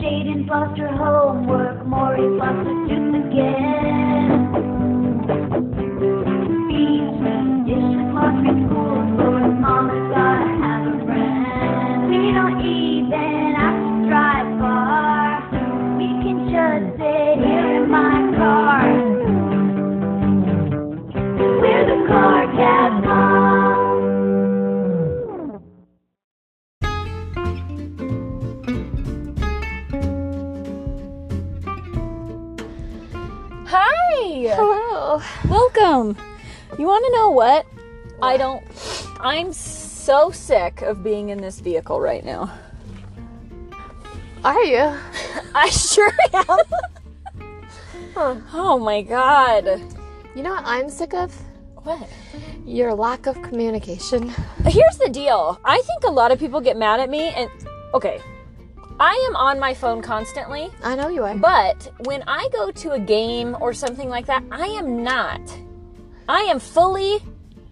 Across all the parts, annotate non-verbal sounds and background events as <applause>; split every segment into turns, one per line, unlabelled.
Jaden lost her homework, Maury lost her tooth again. Beatrice, dishes, laundry, school, Lord, Mama's gotta have a friend. We don't even have to drive far. We can just sit here in my car. We're the car cab moms.
Hi!
Hello.
Welcome! You want to know what? I don't. I'm so sick of being in this vehicle right now. <laughs>
Are you?
I sure am!
Huh.
Oh my god.
You know what I'm sick of?
What?
Your lack of communication.
Here's the deal I think a lot of people get mad at me, and. Okay. I am on my phone constantly,
I know you are.
but when I go to a game or something like that, I am not. I am fully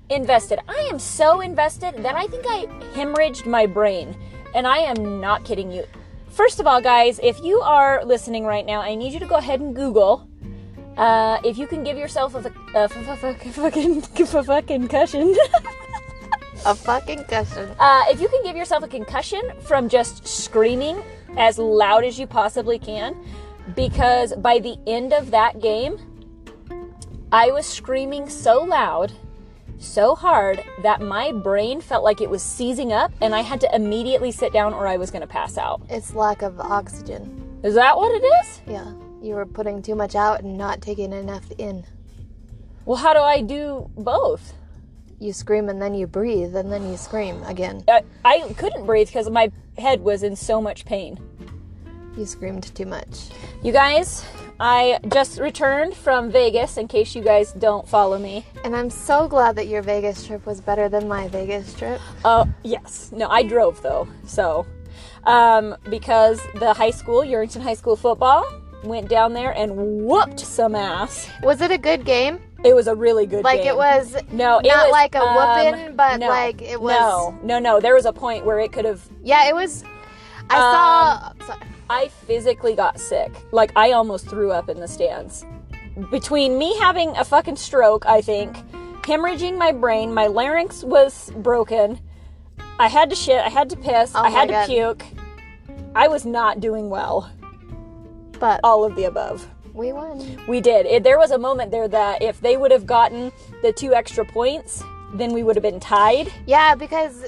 invested. I am so invested that I think I hemorrhaged my brain. And I am not kidding you. First of all, guys, if you are listening right now, I need you to go ahead and Google. Uh, if you can give yourself a, a, f- f- f- fucking f- fucking <laughs> cushion,
a fucking question.
uh, if you can give yourself a concussion from just screaming as loud as you possibly can, because by the end of that game, I was screaming so loud, so hard, that my brain felt like it was seizing up and I had to immediately sit down or I was going to pass out.
It's lack of oxygen.
Is that what it is?
Yeah. You were putting too much out and not taking enough in.
Well, how do I do both?
You scream and then you breathe and then you scream again.
I, I couldn't breathe because my head was in so much pain.
You screamed too much.
You guys, I just returned from Vegas in case you guys don't follow me.
And I'm so glad that your Vegas trip was better than my Vegas trip.
Oh, yes. No, I drove though. So, um, because the high school, Urington High School football, went down there and whooped some ass.
Was it a good game?
It was a really good
Like
game.
it was
No, it
not
was,
like a
um,
whooping, but
no,
like it was
No, no, no. There was a point where it could have.
Yeah, it was I
Um,
saw so-
I physically got sick. Like I almost threw up in the stands. Between me having a fucking stroke, I think, hemorrhaging my brain, my larynx was broken. I had to shit. I had to piss.
Oh
I had to
my
puke. I was not doing well.
but
All of the above.
we won.
We did. It, there was a moment there that if they would have gotten the two extra points, then we would have been tied.
Yeah, because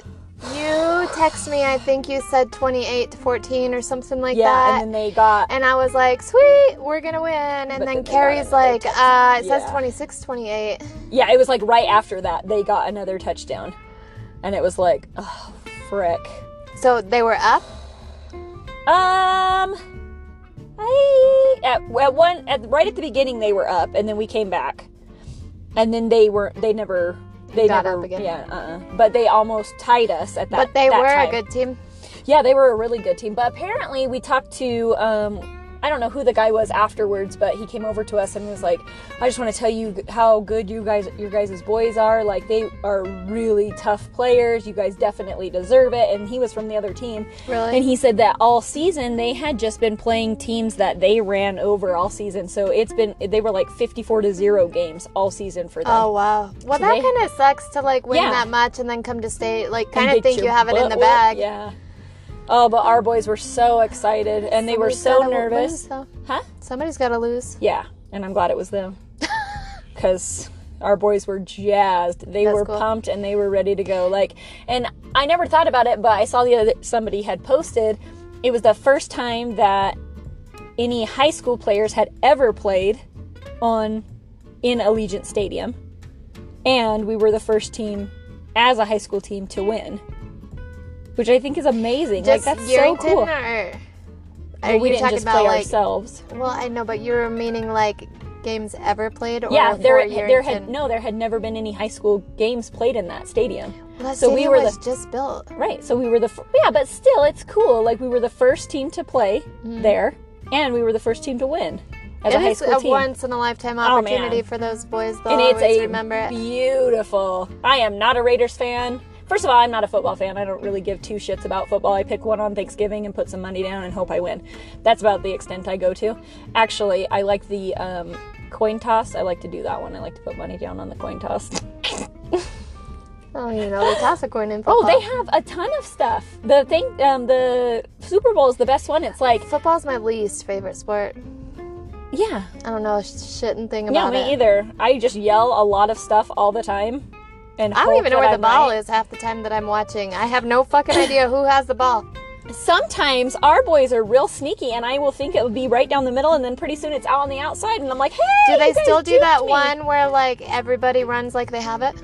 you text me, I think you said 28 to 14 or something like
yeah,
that.
and
And,
then they got.
I was like, sweet, we're going to win. And
But then
then
they
Carrie's
got another
like, uh, it
Yeah.
says 26, 28.
Yeah, it was like right after that they got another touchdown, and it was like, oh, frick.
So they were up.
Um, I at, at one at right at the beginning they were up, and then we came back, and then they were they never they
Got
never
up again.
yeah uh-uh. but they almost tied us at that
But they
that
were
time.
a good team.
yeah they were a really good team but apparently we talked to um i don't know who the guy was afterwards but he came over to us and was like i just want to tell you g- how good you guys your guys' boys are like they are really tough players you guys definitely deserve it and he was from the other team
Really?
and he said that all season they had just been playing teams that they ran over all season so it's been they were like 54 to 0 games all season for them
Oh, wow.
So
Well, that
they-
kind of sucks to like win
Yeah.
that much and then come to state. Like,
and
kind of
get
think
your
you have it in
butt
the
whooped.
bag.
yeah oh but our boys were so excited and they were
Somebody's
so
gotta lose,
nervous
though.
Huh?
Somebody's got to lose.
Yeah, and I'm glad it was
<laughs>
them. Because our boys were jazzed. They
That's
were
cool.
pumped and they were ready to go. Like, and I never thought about it, but I saw the other somebody had posted. It was the first time that any high school players had ever played on in Allegiant Stadium, and we were the first team as a high school team to win, which I think is amazing.
Just
like that's
Yerington
so cool.
or.
But
Are
we
you
didn't
talking
just
about
play
like
ourselves.
Well, I know, but you were meaning like games ever played, or
yeah, there
for Yerington?
there had no there had never been any high school games played in that stadium.
That
so we
stadium
were
was just built.
Right, so we were the f- yeah, but still it's cool. Like we were the first team to play there, and we were the first team to win as
Mm. It
a high
is
school
a
team.
once in a lifetime
Oh, man.
opportunity for those boys. They'll
and it's
always
a
remember it.
beautiful. I am not a Raiders fan. First of all, I'm not a football fan. I don't really give two shits about football. I pick one on Thanksgiving and put some money down and hope I win. That's about the extent I go to. Actually, I like the um, coin toss. I like to do that one. I like to put money down on the coin toss. <laughs>
Oh, you know, the toss a coin in
Oh,
football.
they have a ton of stuff. The thing, um, the Super Bowl is the best one. It's like,
Football's my least favorite sport.
yeah,
I don't know a shitting thing
no,
about
me
it.
either. I just yell a lot of stuff all the time, and
I don't
hope
even know
that
where
I
the ball
might.
is half the time that I'm watching. I have
<coughs>
no fucking idea who has
<laughs>
the ball.
Sometimes our boys are real sneaky, and I will think it would be right down the middle, and then pretty soon it's out on the outside, and I'm like, hey,
Do they
you guys
still do that
duped me.
one where like everybody runs like they have it?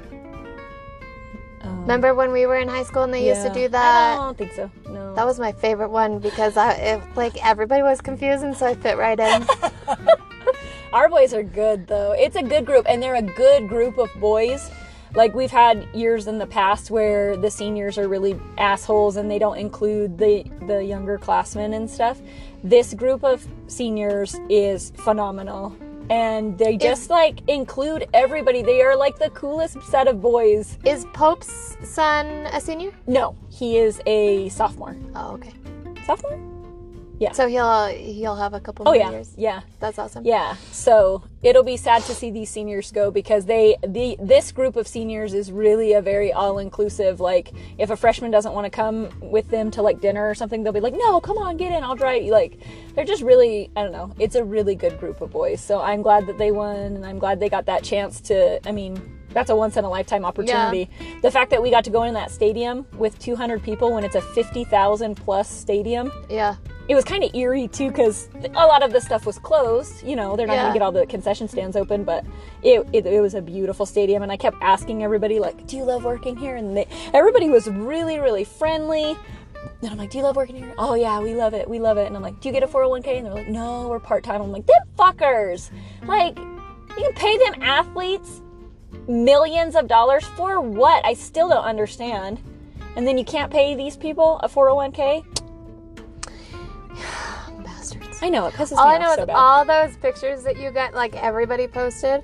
Um,
Remember when we were in high school and they used to
yeah.
do that?
I don't think so. No.
That was my favorite one because I it, like everybody was confused and so I fit
<laughs>
right in.
Our boys are good though. It's a good group, and they're a good group of boys. Like we've had years in the past where the seniors are really assholes and they don't include the the younger classmen and stuff. This group of seniors is phenomenal. And they just like include everybody. They are like the coolest set of boys.
Is Pope's son a senior?
No, he is a sophomore.
Oh, okay.
Sophomore?
So he'll he'll have a couple
Oh
more
yeah.
years.
Yeah.
That's awesome.
Yeah. So it'll be sad to see these seniors go because they the this group of seniors is really a very all inclusive. Like if a freshman doesn't want to come with them to like dinner or something, they'll be like, No, come on, get in, I'll drive you like they're just really I don't know, it's a really good group of boys. So I'm glad that they won and I'm glad they got that chance to I mean that's a once in a lifetime opportunity. The fact that we got to go in that stadium with 200 people when it's a 50,000 plus stadium,
Yeah.
it was kind of eerie too because a lot of the stuff was closed you know they're not
Yeah.
gonna get all the concession stands open but it, it, it was a beautiful stadium and i kept asking everybody like do you love working here and they, everybody was really really friendly and i'm like do you love working here oh yeah we love it we love it and i'm like do you get a 401k and they're like no we're part-time i'm like them fuckers like you can pay them athletes millions of dollars for what i still don't understand and then you can't pay these people a 401k
Bastards.
i know it pisses
All
me
I know
off
is
so bad.
all those pictures that you got, like everybody posted,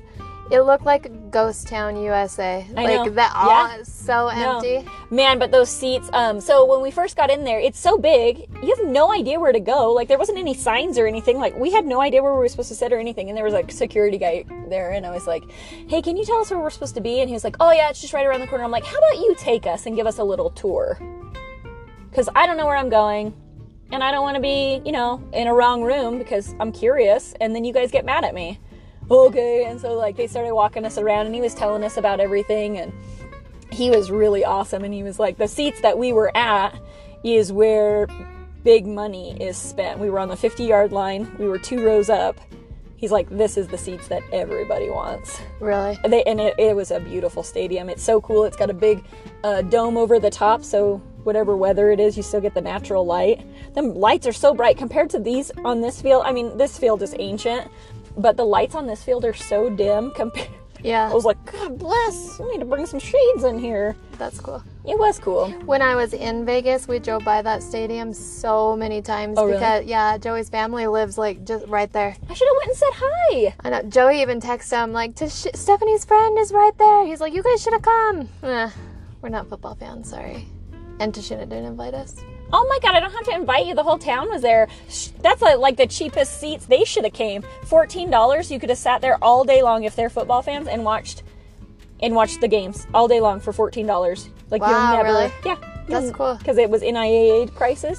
it looked like Ghost Town USA.
I
like
know.
that all
Yeah.
is so
No.
empty.
Man, but those seats. Um, so when we first got in there, it's so big, you have no idea where to go. Like there wasn't any signs or anything. Like we had no idea where we were supposed to sit or anything. And there was like security guy there, and I was like, "Hey, can you tell us where we're supposed to be?" And he was like, "Oh yeah, it's just right around the corner." I'm like, "How about you take us and give us a little tour?" Because I don't know where I'm going, and I don't want to be, you know, in a wrong room because I'm curious, and then you guys get mad at me. Okay, and so like they started walking us around, and he was telling us about everything, and he was really awesome and he was like the seats that we were at is where big money is spent we were on the 50 yard line we were two rows up he's like this is the seats that everybody wants
Really?
and, they, and it, it was a beautiful stadium it's so cool it's got a big uh, dome over the top so whatever weather it is you still get the natural light the lights are so bright compared to these on this field i mean this field is ancient but the lights on this field are so dim <laughs> compared
Yeah.
I was like, God bless. We need to bring some shades in here.
That's cool.
It was cool.
When I was in Vegas, we drove by that stadium so many times
Oh, really?
because yeah, Joey's family lives like just right there.
I should have went and said hi.
I know Joey even texted him like, to sh- "Stephanie's friend is right there." He's like, "You guys should have come." Eh, we're not football fans, sorry. And Tashina didn't invite us.
Oh my God, I don't have to invite you. The whole town was there. Sh- That's like, like the cheapest seats they should have came. Fourteen dollars. You could have sat there all day long if they're football fans and watched and watched the games all day long for fourteen dollars. Like you
Wow,
only had to-
really?
yeah,
That's cool. Mm-hmm.
Because it was NIA aid prices.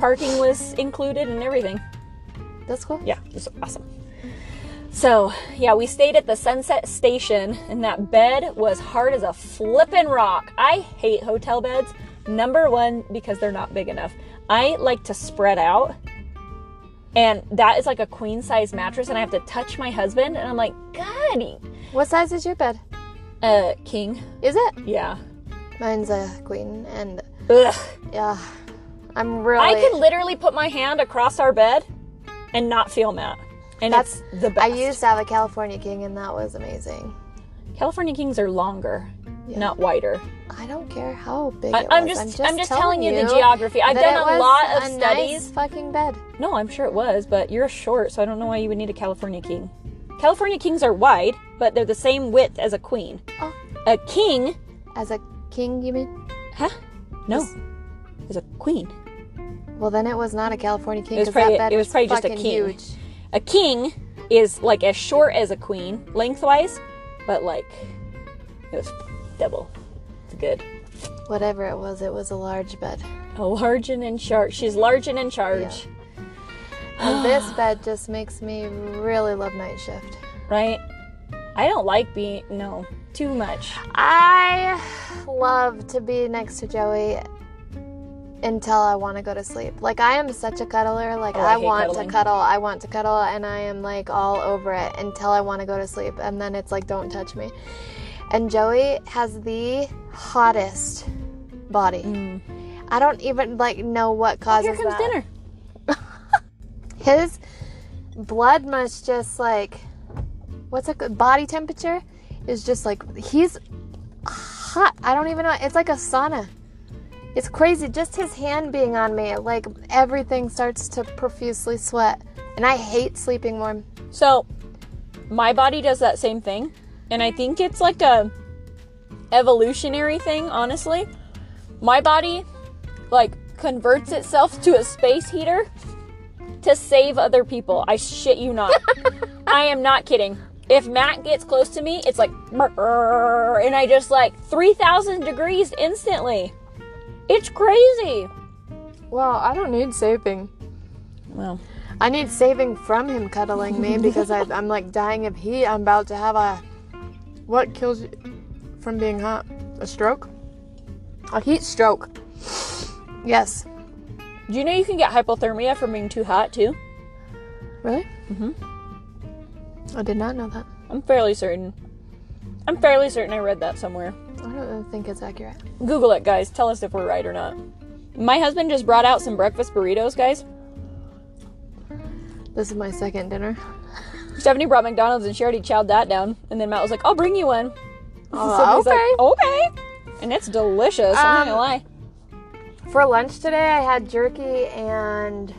Parking was included and everything.
That's cool.
yeah, it was awesome. So, yeah, we stayed at the Sunset Station, and that bed was hard as a flippin' rock. I hate hotel beds. Number one, because they're not big enough. I like to spread out, and that is like a queen size mattress, and I have to touch my husband, and I'm like, God,
What size is your bed?
uh, king.
Is it?
Yeah.
Mine's a queen, and
Ugh.
yeah, I'm really.
I could literally put my hand across our bed and not feel that. And
That's-
it's the
I
best.
used to have a California king, and that was amazing.
California kings are longer,
Yeah.
not wider.
I don't care how big.
I-
it
I'm
was.
just- I'm just telling you the geography. I've
that
done
it
a
was
lot of
a
studies.
Nice fucking bed.
No, I'm sure it was, but you're short, so I don't know why you would need a California king. California kings are wide, but they're the same width as a queen.
Oh.
A king,
As a king, you mean?
Huh? No. It was a queen.
Well, then it was not a California king.
It was
'cause
probably-
that bed
it was probably just a
fucking
king.
huge.
A king is like as short as a queen lengthwise, but like it was double. It's good.
Whatever it was, it was a large
<gasps>
bed.
A large and in charge. She's large and in charge,
And this bed just makes me really love night shift.
right? I don't like being no too much.
I love to be next to Joey until I want to go to sleep. Like I am such a cuddler. Like
Oh, I
I,
hate
want
cuddling.
to cuddle. I want to cuddle, and I am like all over it until I want to go to sleep, and then it's like don't touch me. And Joey has the hottest body.
Mm.
I don't even like know what
Here
causes
comes
that.
dinner.
His blood must just like what's a good body temperature is just like he's hot. I don't even know. It's like a sauna. It's crazy. Just his hand being on me, like everything starts to profusely sweat. And I hate sleeping warm.
So my body does that same thing, and I think it's like a evolutionary thing, honestly. My body like converts itself to a space heater to save other people. I shit you not. I am not kidding. If Matt gets close to me, it's like "Brrr," and I just like 3000 degrees instantly. It's crazy.
Well, I don't need saving.
Well,
I need saving from him cuddling <laughs> me because I, I'm like dying of heat. I'm about to have a. What kills you from being hot? A stroke? A heat stroke. Yes.
do you know you can get hypothermia from being too hot too?
Really? Mm hmm. I did not know that.
I'm fairly certain. I'm fairly certain I read that somewhere.
I don't think it's accurate.
Google it, guys. Tell us if we're right or not. My husband just brought out some breakfast burritos, guys.
<laughs> This is my second dinner.
Stephanie brought McDonald's and she already chowed that down. And then Matt was like, I'll bring you one.
Oh,
Stephanie's like, okay. And it's delicious. I'm not gonna
Um,
lie.
For lunch today, I had jerky and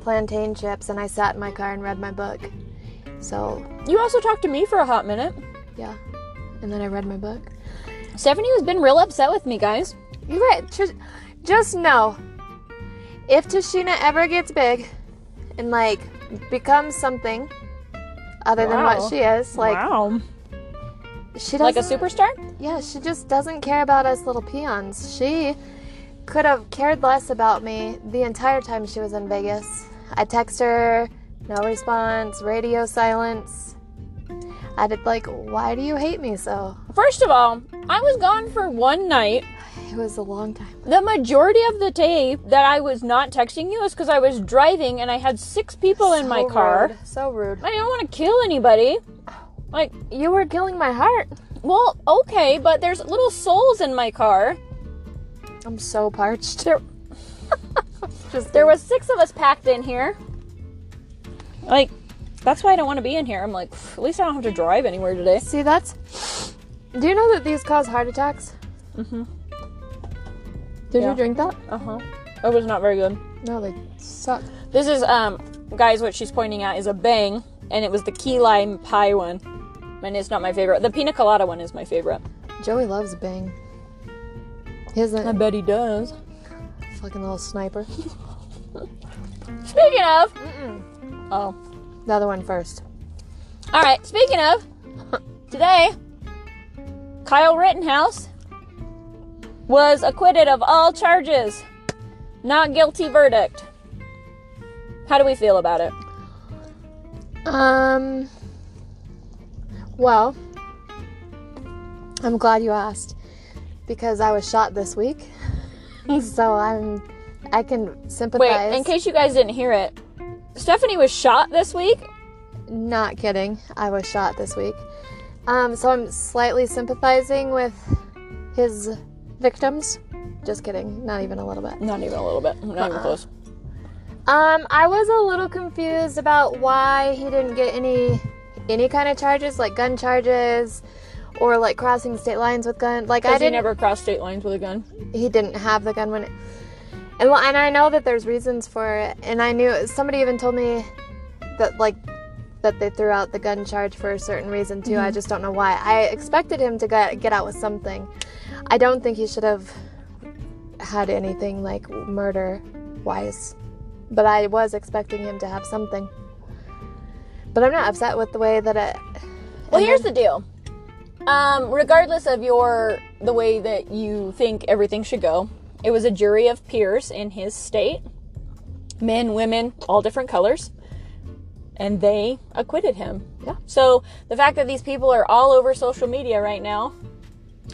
plantain chips, and I sat in my car and read my book. So,
You also talked to me for a hot minute.
yeah. And then I read my book.
Stephanie has been real upset with me, guys.
You guys, just, just know if Tashina ever gets big and like becomes something other than
Wow.
what she is, like
wow.
she doesn't,
Like a superstar?
yeah, she just doesn't care about us little peons. She could have cared less about me the entire time she was in Vegas. I text her, no response, radio silence. I did like, why do you hate me so?
First of all, I was gone for one night.
It was a long time.
The majority of the day that I was not texting you is because I was driving and I had six people in my
So
car.
rude, So rude.
I don't want to kill anybody. Like,
You were killing my heart.
well, okay, but there's little souls in my car.
I'm so parched.
There,
<laughs> Just
there was six of us packed in here. Like, that's why I don't want to be in here. I'm like, "Pff, at least I don't have to drive anywhere today.
See, that's. Do you know that these cause heart attacks?
Mhm.
Did
Yeah.
you drink that?
Uh huh. It was not very good.
No, they suck.
This is, um, guys, what she's pointing at is a bang, and it was the key lime pie one. And it's not my favorite. The pina colada one is my favorite.
Joey loves Bang. He's a
bet he does.
fucking little sniper. <laughs>
Speaking of. Oh.
The other one first.
All right. Speaking of today, Kyle Rittenhouse was acquitted of all charges. Not guilty verdict. How do we feel about it?
Um. Well, I'm glad you asked because I was shot this week, <laughs> so I'm. I can
Wait,
sympathize.
in case you guys didn't hear it, Stephanie was shot this week.
Not kidding. I was shot this week. Um, so I'm slightly sympathizing with his victims. Just kidding. Not even a little bit.
Not even a little bit. Not even close.
Um, I was a little confused about why he didn't get any any kind of charges, like gun charges, or like crossing state lines with gun. Like I
Because he
didn't.
never crossed state lines with a gun.
he didn't have the gun when it and well and i know that there's reasons for it and i knew somebody even told me that like that they threw out the gun charge for a certain reason too i just don't know why i expected him to get, get out with something i don't think he should have had anything like murder wise, but I was expecting him to have something. But I'm not upset with the way that it.
Well, here's the deal. Um, regardless of your the way that you think everything should go, it was a jury of peers in his state, men, women, all different colors, and they acquitted him.
Yeah.
So the fact that these people are all over social media right now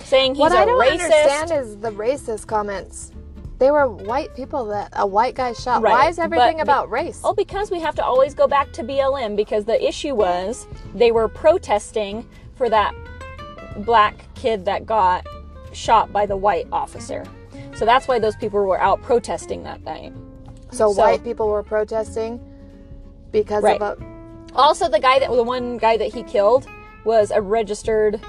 saying he's
what
a
I don't
racist.
understand is the racist comments. They were white people that a white guy shot.
Right,
Why is
but
everything
the-
about race?
Oh, because we have to always go back to BLM because the issue was they were protesting for that black kid that got shot by the white officer. So that's why those people were out protesting that night.
so,
so-
white people were protesting because
Right.
of a
Also, the guy that the one guy that he killed was a registered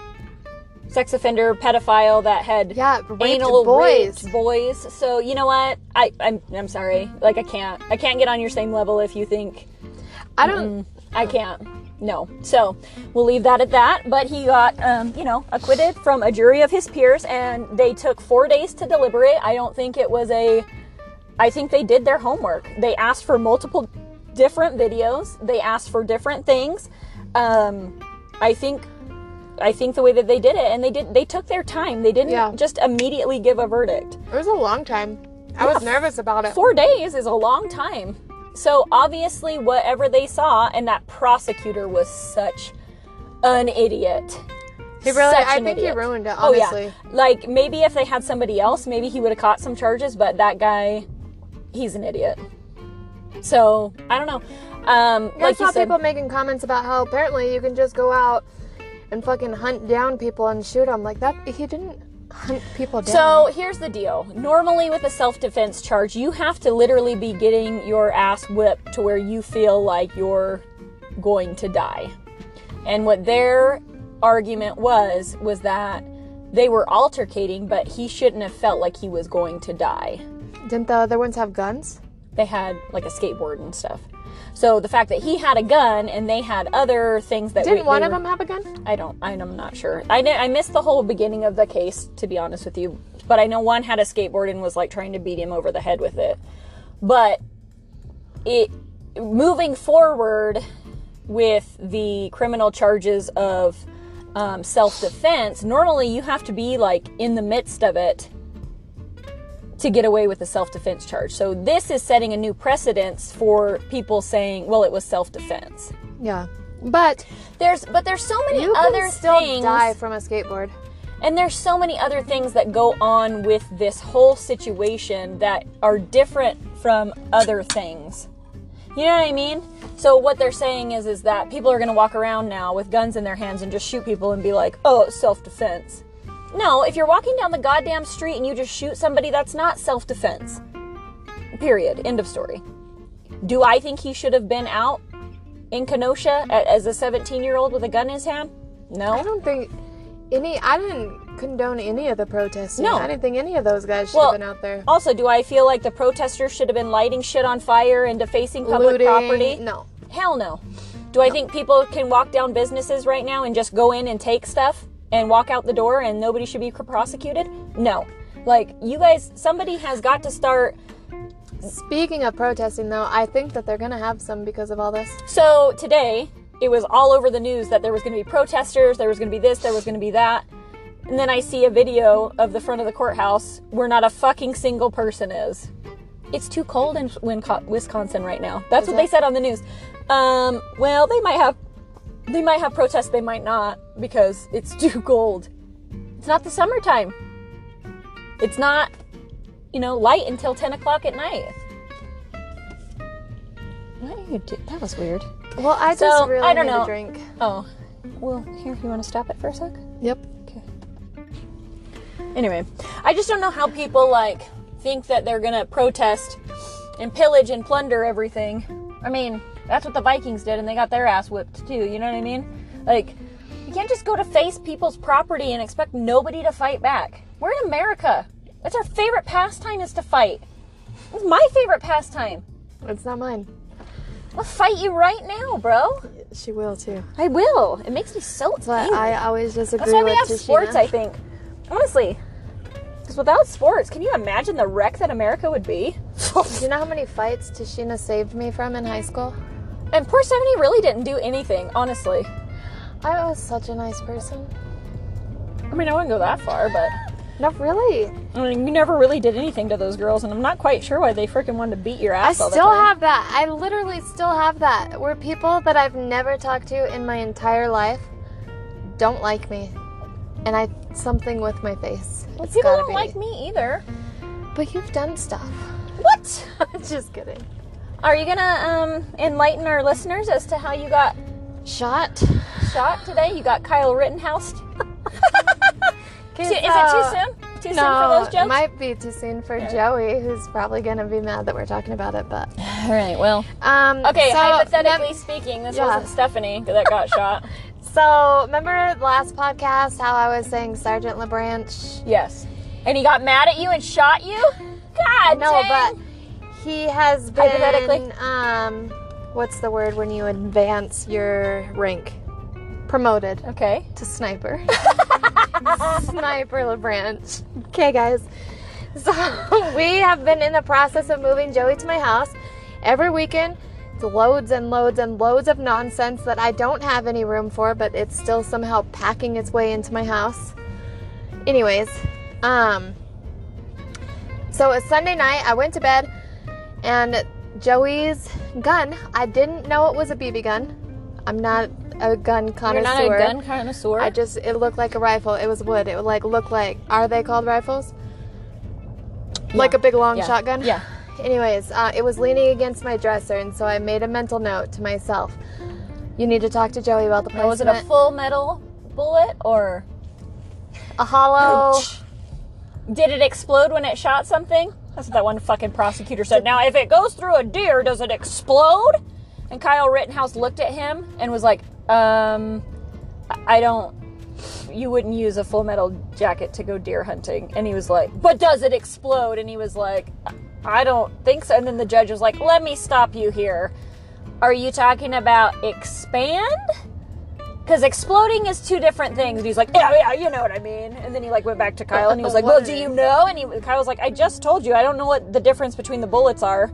sex offender pedophile that had
yeah raped
anal
boys.
raped boys. So you know what? I I'm, I'm sorry. Like I can't I can't get on your same level if you think
I don't.
I can't. No. So we'll leave that at that. But he got, um, you know, acquitted from a jury of his peers, and they took four days to deliberate. I don't think it was a. I think they did their homework. They asked for multiple different videos. They asked for different things. Um, I think. I think the way that they did it, and they did, they took their time. They didn't
Yeah.
just immediately give a verdict.
It was a long time. I was nervous about it.
Four days is a long time. So obviously, whatever they saw, and that prosecutor was such an idiot.
He really,
Such
I
an
think
idiot.
he ruined it.
Oh
Honestly,
yeah, like maybe if they had somebody else, maybe he would have caught some charges. But that guy, he's an idiot. So I don't know. Um,
I
like
saw
you said,
people making comments about how apparently you can just go out and fucking hunt down people and shoot them. Like that, he didn't hunt people down.
So here's the deal. Normally, with a self defense charge, you have to literally be getting your ass whipped to where you feel like you're going to die. And what their argument was was that they were altercating, but he shouldn't have felt like he was going to die.
didn't the other ones have guns?
They had like a skateboard and stuff. So the fact that he had a gun and they had other things that we-
Didn't one
they
of
were-
them have a gun?
I don't. I'm not sure. I kn- I missed the whole beginning of the case, to be honest with you. But I know one had a skateboard and was like trying to beat him over the head with it. But it moving forward with the criminal charges of um, self defense. Normally, you have to be like in the midst of it to get away with a self defense charge. So this is setting a new precedence for people saying, "Well, it was self defense."
Yeah, but
There's but there's so many
you
other
can still
things.
die from a skateboard.
And there's so many other things that go on with this whole situation that are different from other things. You know what I mean? So what they're saying is is that people are going to walk around now with guns in their hands and just shoot people and be like, "Oh, it's self-defense." No, if you're walking down the goddamn street and you just shoot somebody, that's not self-defense. Period. End of story. Do I think he should have been out in Kenosha a- as a 17-year-old with a gun in his hand?
I
No.
don't think any. I didn't condone any of the protesting.
No.
I didn't think any of those guys should
Well,
have been out there
Also, do I feel like the protesters should have been lighting shit on fire and defacing public
looting.
property?
No,
Hell no. Do I think people can walk down businesses right now and just go in and take stuff and walk out the door and nobody should be prosecuted? No. Like, you guys, somebody has got to start.
Speaking of protesting, though, I think that they're gonna have some because of all this.
So, today, it was all over the news that there was going to be protesters, there was going to be this, there was going to be that. And then I see a video of the front of the courthouse where not a fucking single person is. It's too cold in Winco- Wisconsin right now. That's what they
it?
said on the news. Um, well, they might have they might have protests, they might not because it's <laughs> too cold. It's not the summertime. It's not, you know, light until ten o'clock at night. What are you do? That was weird.
Well, I just
So,
really
I don't
need
know.
a drink.
Oh, well, here, you want to stop it for a sec?
Yep.
Anyway, I just don't know how people like think that they're gonna protest and pillage and plunder everything. I mean, that's what the Vikings did, and they got their ass whipped too. You know what I mean? Like, you can't just go to face people's property and expect nobody to fight back. We're in America. That's our favorite pastime is to fight. It's my favorite pastime.
It's not mine.
I'll fight you right now, bro.
She will too.
I will. It makes me so
But
angry.
I always disagree
That's why we
with
have
Tashina.
sports, I think. Honestly. Because without sports, can you imagine the wreck that America would
<laughs>
be?
Do you know how many fights Tashina saved me from in high school?
and poor Stephanie really didn't do anything, honestly.
I was such a nice person.
I mean, I wouldn't go that far, but
No, really.
I mean, you never really did anything to those girls, and I'm not quite sure why they freaking wanted to beat your
I
ass. all the
still
time.
have that. I literally still have that. Where people that I've never talked to in my entire life don't like me. And I something with my face. It's
People
gotta
don't
be.
like me either.
But you've
<laughs>
done stuff.
What?
Just kidding.
Are you gonna um, enlighten our listeners as to how you got
Shot.
shot today? You got Kyle
<laughs>
Rittenhouse. <laughs> Is it too
so-
soon? Too
uh, No,
soon for those jokes?
it might be too soon for Joey, who's probably gonna be mad that we're talking about it. But
All right. Well.
um,
Okay.
so
hypothetically speaking, this
Yeah.
wasn't Stephanie that
<laughs>
got shot.
So remember the last podcast how I was saying Sergeant LeBranch?
Yes. And he got mad at you and shot you. God.
No,
dang.
but he has been
Hypothetically.
um what's the word when you advance your rank? Promoted
Okay. <laughs>
to sniper. sniper LeBranch. Okay guys. So <laughs> we have been in the process of moving Joey to my house. Every weekend it's loads and loads and loads of nonsense that I don't have any room for, but it's still somehow packing its way into my house. Anyways, um so it's Sunday night, I went to bed and Joey's gun, I didn't know it was a BB gun. I'm not a gun
You're
connoisseur.
not a gun connoisseur.
I just it looked like a rifle. It was wood. It would like look like are they called rifles? Like a big long
Yeah.
shotgun.
Yeah.
<laughs> Anyways, uh, it was leaning against my dresser, and so I made a mental note to myself. You need to talk to Joey about the
Now,
placement.
was it a full metal bullet or?
a hollow?
Did it explode when it shot something? That's what that one fucking prosecutor said. Now, if it goes through a deer, does it explode? And Kyle Rittenhouse looked at him and was like, um, I I don't, you wouldn't use a full metal jacket to go deer hunting. And he was like, but does it explode? And he was like, I don't think so. And then the judge was like, let me stop you here. Are you talking about expand? Because exploding is two different things. And he's like, yeah, yeah, you know what I mean. And then he like went back to Kyle and he was like, well, do you know? And he, Kyle was like, I just told you, I don't know what the difference between the bullets are.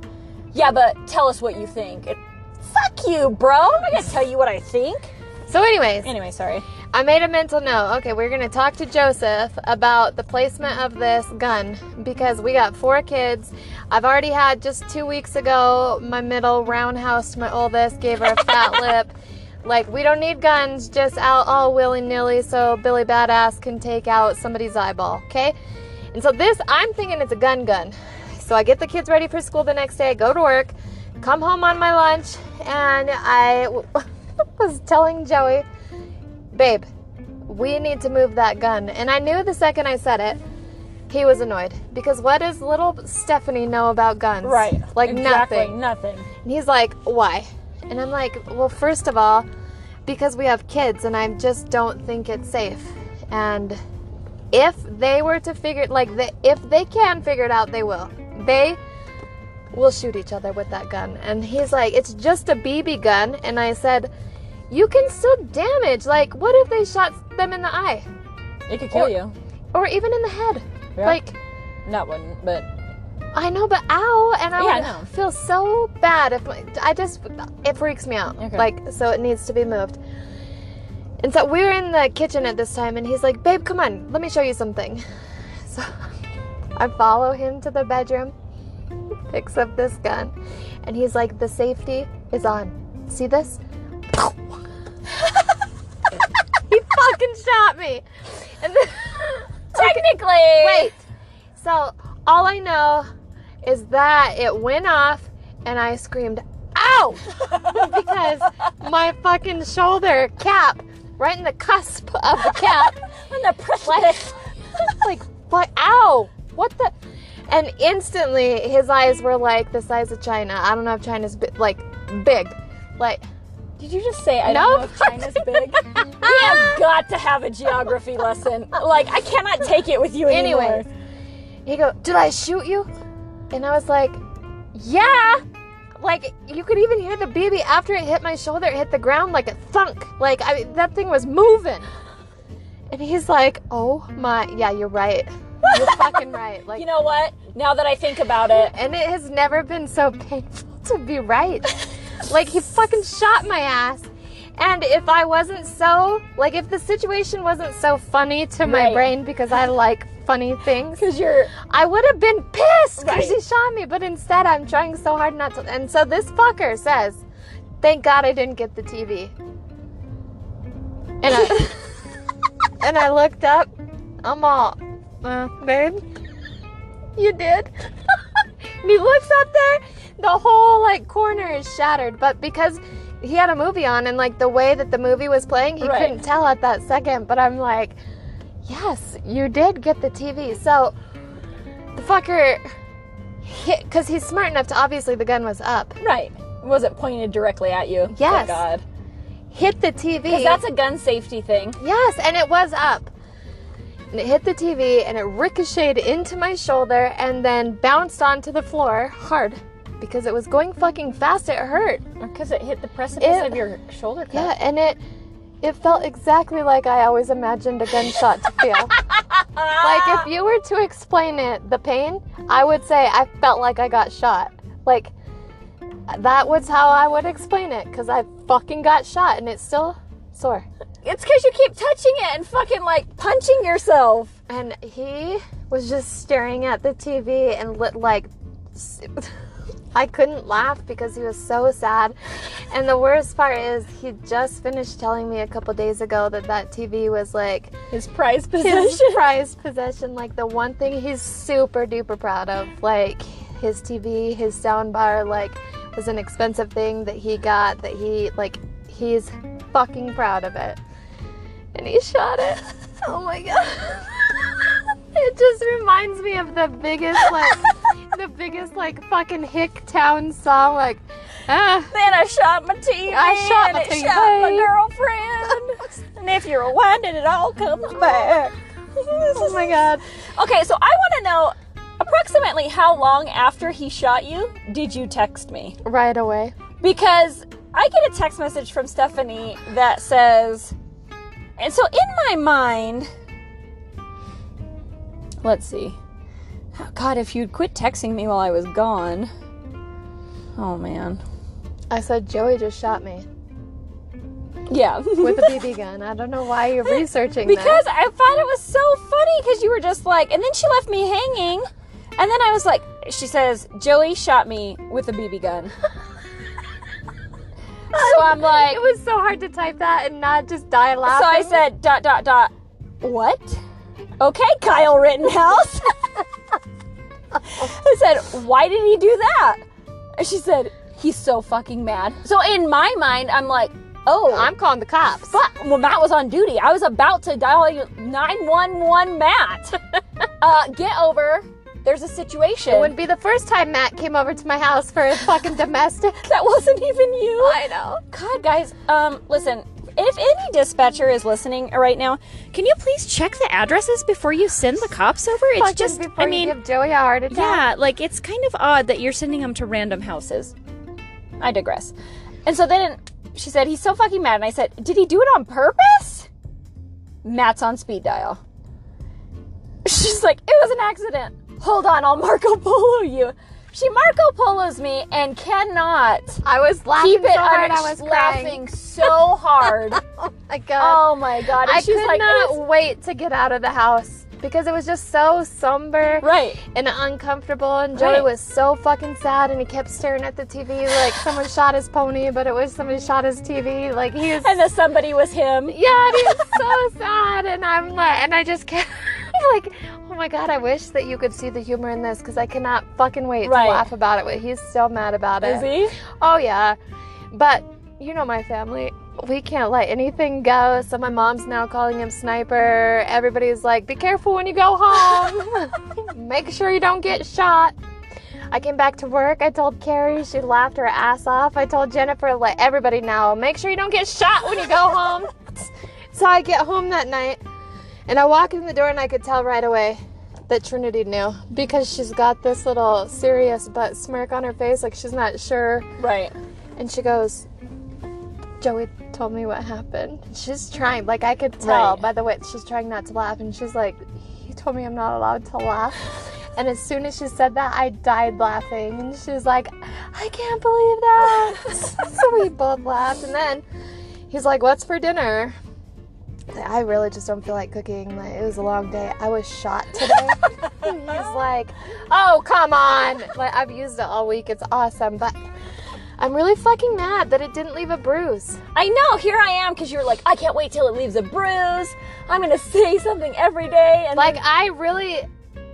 Yeah, but tell us what you think. And, Fuck you, bro. I'm not gonna tell you what I think.
So, anyways,
Anyway, sorry.
I made a mental note. Okay, we're gonna talk to Joseph about the placement of this gun because we got four kids. I've already had just two weeks ago my middle roundhouse to my oldest, gave her a fat lip. Like we don't need guns just out all willy nilly so Billy Badass can take out somebody's eyeball. Okay, and so this I'm thinking it's a gun gun. So I get the kids ready for school the next day. I go to work, come home on my lunch, and I <laughs> w- was telling Joey babe, we need to move that gun. And I knew the second I said it, he was annoyed because what does little Stephanie know about guns?
Right.
Like
Exactly,
nothing.
Nothing.
And he's like, why? And I'm like, well, first of all, because we have kids and I just don't think it's safe. And if they were to figure like the, if they can figure it out, they will. They will shoot each other with that gun. And he's like, it's just a BB gun. And I said, you can still damage. Like, what if they shot them in the eye
It could kill
Or-
you.
or even in the head?
Yeah.
Like,
Not one, but
I know, but ow, and I
Yeah, I
would
know.
feel so bad if my, I just it freaks me out.
Okay.
Like so, it needs to be moved. And so we were in the kitchen at this time, and he's like, "Babe, come on, let me show you something." <laughs> So I follow him to the bedroom, picks up this gun, and he's like, "The safety is on. See this?" <laughs> he fucking shot me. And then. <laughs>
technically.
Wait. So all I know is that it went off and I screamed,
<laughs>
ow! because my fucking shoulder cap, right in the cusp of the
<laughs>
cap,
On the precipice.
like, what? Ow! What the? And instantly his eyes were like the size of China. I don't know if China's bi- like big. Like,
Did you just say I
No.
don't know if China's
<laughs>
big? <laughs> we have got to have a <laughs> geography lesson. Like I cannot take it with you anymore.
Anyway, he go, "Did I shoot you?" And I was like, "Yeah." Like you could even hear the BB after it hit my shoulder, it hit the ground like a thunk. Like I, that thing was moving. And he's like, "Oh my, yeah, you're right." You're
<laughs>
fucking right. Like
You know what? Now that I think about it,
and it has never been so painful to
<laughs>
be right. like he fucking shot my ass. And if I wasn't so like if the situation wasn't so funny to my
Right.
brain because I like funny things,
because you're
I would have been pissed because
Right.
he shot me. But instead, I'm trying so hard not to. And so this fucker says, "Thank God I didn't get the TV." And I and I looked up. I'm all, uh, babe. You did. <laughs> and he looks up there. The whole like corner is shattered. But because he had a movie on and like the way that the movie was playing, he
Right.
couldn't tell at that second. But I'm like, yes, you did get the TV. So the fucker, because he's smart enough to obviously the gun was up,
right. It wasn't pointed directly at you. Thank
Yes.
God.
hit the TV.
Because that's a gun safety thing.
Yes, and it was up. And it hit the TV and it ricocheted into my shoulder and then bounced onto the floor hard because it was going fucking fast. It hurt.
Because it hit the precipice
It-
of your shoulder cup.
Yeah, and it it felt exactly like I always imagined a gunshot to feel. like if you were to explain it, the pain, I would say I felt like I got shot. Like that was how I would explain it cuz I fucking got shot and it's still sore.
It's because you keep touching it and fucking like punching yourself.
and he was just staring at the TV and lit like s- <laughs> I couldn't laugh because he was so sad. And the worst part is he just finished telling me a couple days ago that that TV was like
His prized
his
possession.
prized possession, like the one thing he's super duper proud of, like his TV, his soundbar, like was an expensive thing that he got that he like he's fucking proud of it. And he shot it. <laughs> Oh my god. <laughs> it just reminds me of the biggest like the biggest like fucking hick town song like ah
Then I shot my TV.
I shot
and
my
it
TV.
Shot my
<laughs>
girlfriend. and if you rewind it, it all comes back. <laughs>
oh my god.
Okay, so I want to know approximately how long after he shot you did you text me?
Right away.
Because I get a text message from Stephanie that says, and so in my mind, let's see. Oh, God, if you'd quit texting me while I was gone. Oh man.
I said Joey just shot me.
Yeah.
with a
<laughs>
BB gun. I don't know why you're researching
because
that.
I thought it was so funny because you were just like, and then she left me hanging. And then I was like, she says, Joey shot me with a BB
<laughs>
gun. so I'm like,
it was so hard to type that and not just die
so I
laughing.
said, dot, dot, dot, what? Okay, Kyle Rittenhouse. <laughs> I said, why did he do that? And she said, he's so fucking mad. So in my mind, I'm like, oh,
I'm calling the cops.
But well, Matt was on duty. I was about to dial you- 911 Matt. <laughs> uh, get over. There's a situation.
It wouldn't be the first time Matt came over to my house for a fucking domestic.
<laughs> that wasn't even you. I know. God, guys. Um, listen. If any dispatcher is listening right now, can you please check the addresses before you send the cops over? <laughs> It's
Fucking
just,
before
I
you
mean,
give Joey a heart attack.
Yeah, like it's kind of odd that you're sending them to random houses. I digress. And so then she said, He's so fucking mad. And I said, Did he do it on purpose? Matt's on speed dial. <laughs> She's like, It was an accident. Hold on, I'll Marco Polo you. She Marco Polo's me and cannot
I was laughing
keep it
so hard.
under-
I was
laughing so
<laughs>
hard.
Crying. Oh my god.
oh my god. And
I
she's
could
like,
not
"It's-"
wait to get out of the house because it was just so somber
Right.
and uncomfortable. And Joey
Right.
was so fucking sad, and he kept staring at the TV like someone shot his pony, but it was somebody shot his TV. Like he is
And the somebody was him.
yeah, and he's so <laughs> sad, and I'm like, and I just can't. <laughs> I'm like, oh my god, I wish that you could see the humor in this because I cannot fucking wait
Right.
to laugh about it. But he's so mad about it.
Is he?
Oh yeah, but you know my family. We can't let anything go. So my mom's now calling him sniper. Everybody's like, be careful when you go home. Make sure you don't get shot. I came back to work. I told Carrie. She laughed her ass off. I told Jennifer, like everybody now, make sure you don't get shot when you go home. <laughs> so I get home that night, and I walk in the door, and I could tell right away that Trinity knew because she's got this little serious but smirk on her face, like she's not sure.
Right.
And she goes, Joey told me <laughs> what happened. She's trying, like I could tell
Right.
by the way she's trying not to laugh, and she's like, he told me I'm not allowed to laugh. And as soon as she said that, I died laughing. And she was like, I can't believe that. <laughs> so we both laughed. And then he's like, What's for dinner? I said, I really just don't feel like cooking. Like, it was a long day. I was shot today. And he's like, Oh, come on. Like, I've used it all week. It's awesome. But I'm really fucking mad that it didn't leave a bruise.
I know, here I am, because you're like, I can't wait till it leaves a bruise. I'm gonna <laughs> say something every day, and
Like, I really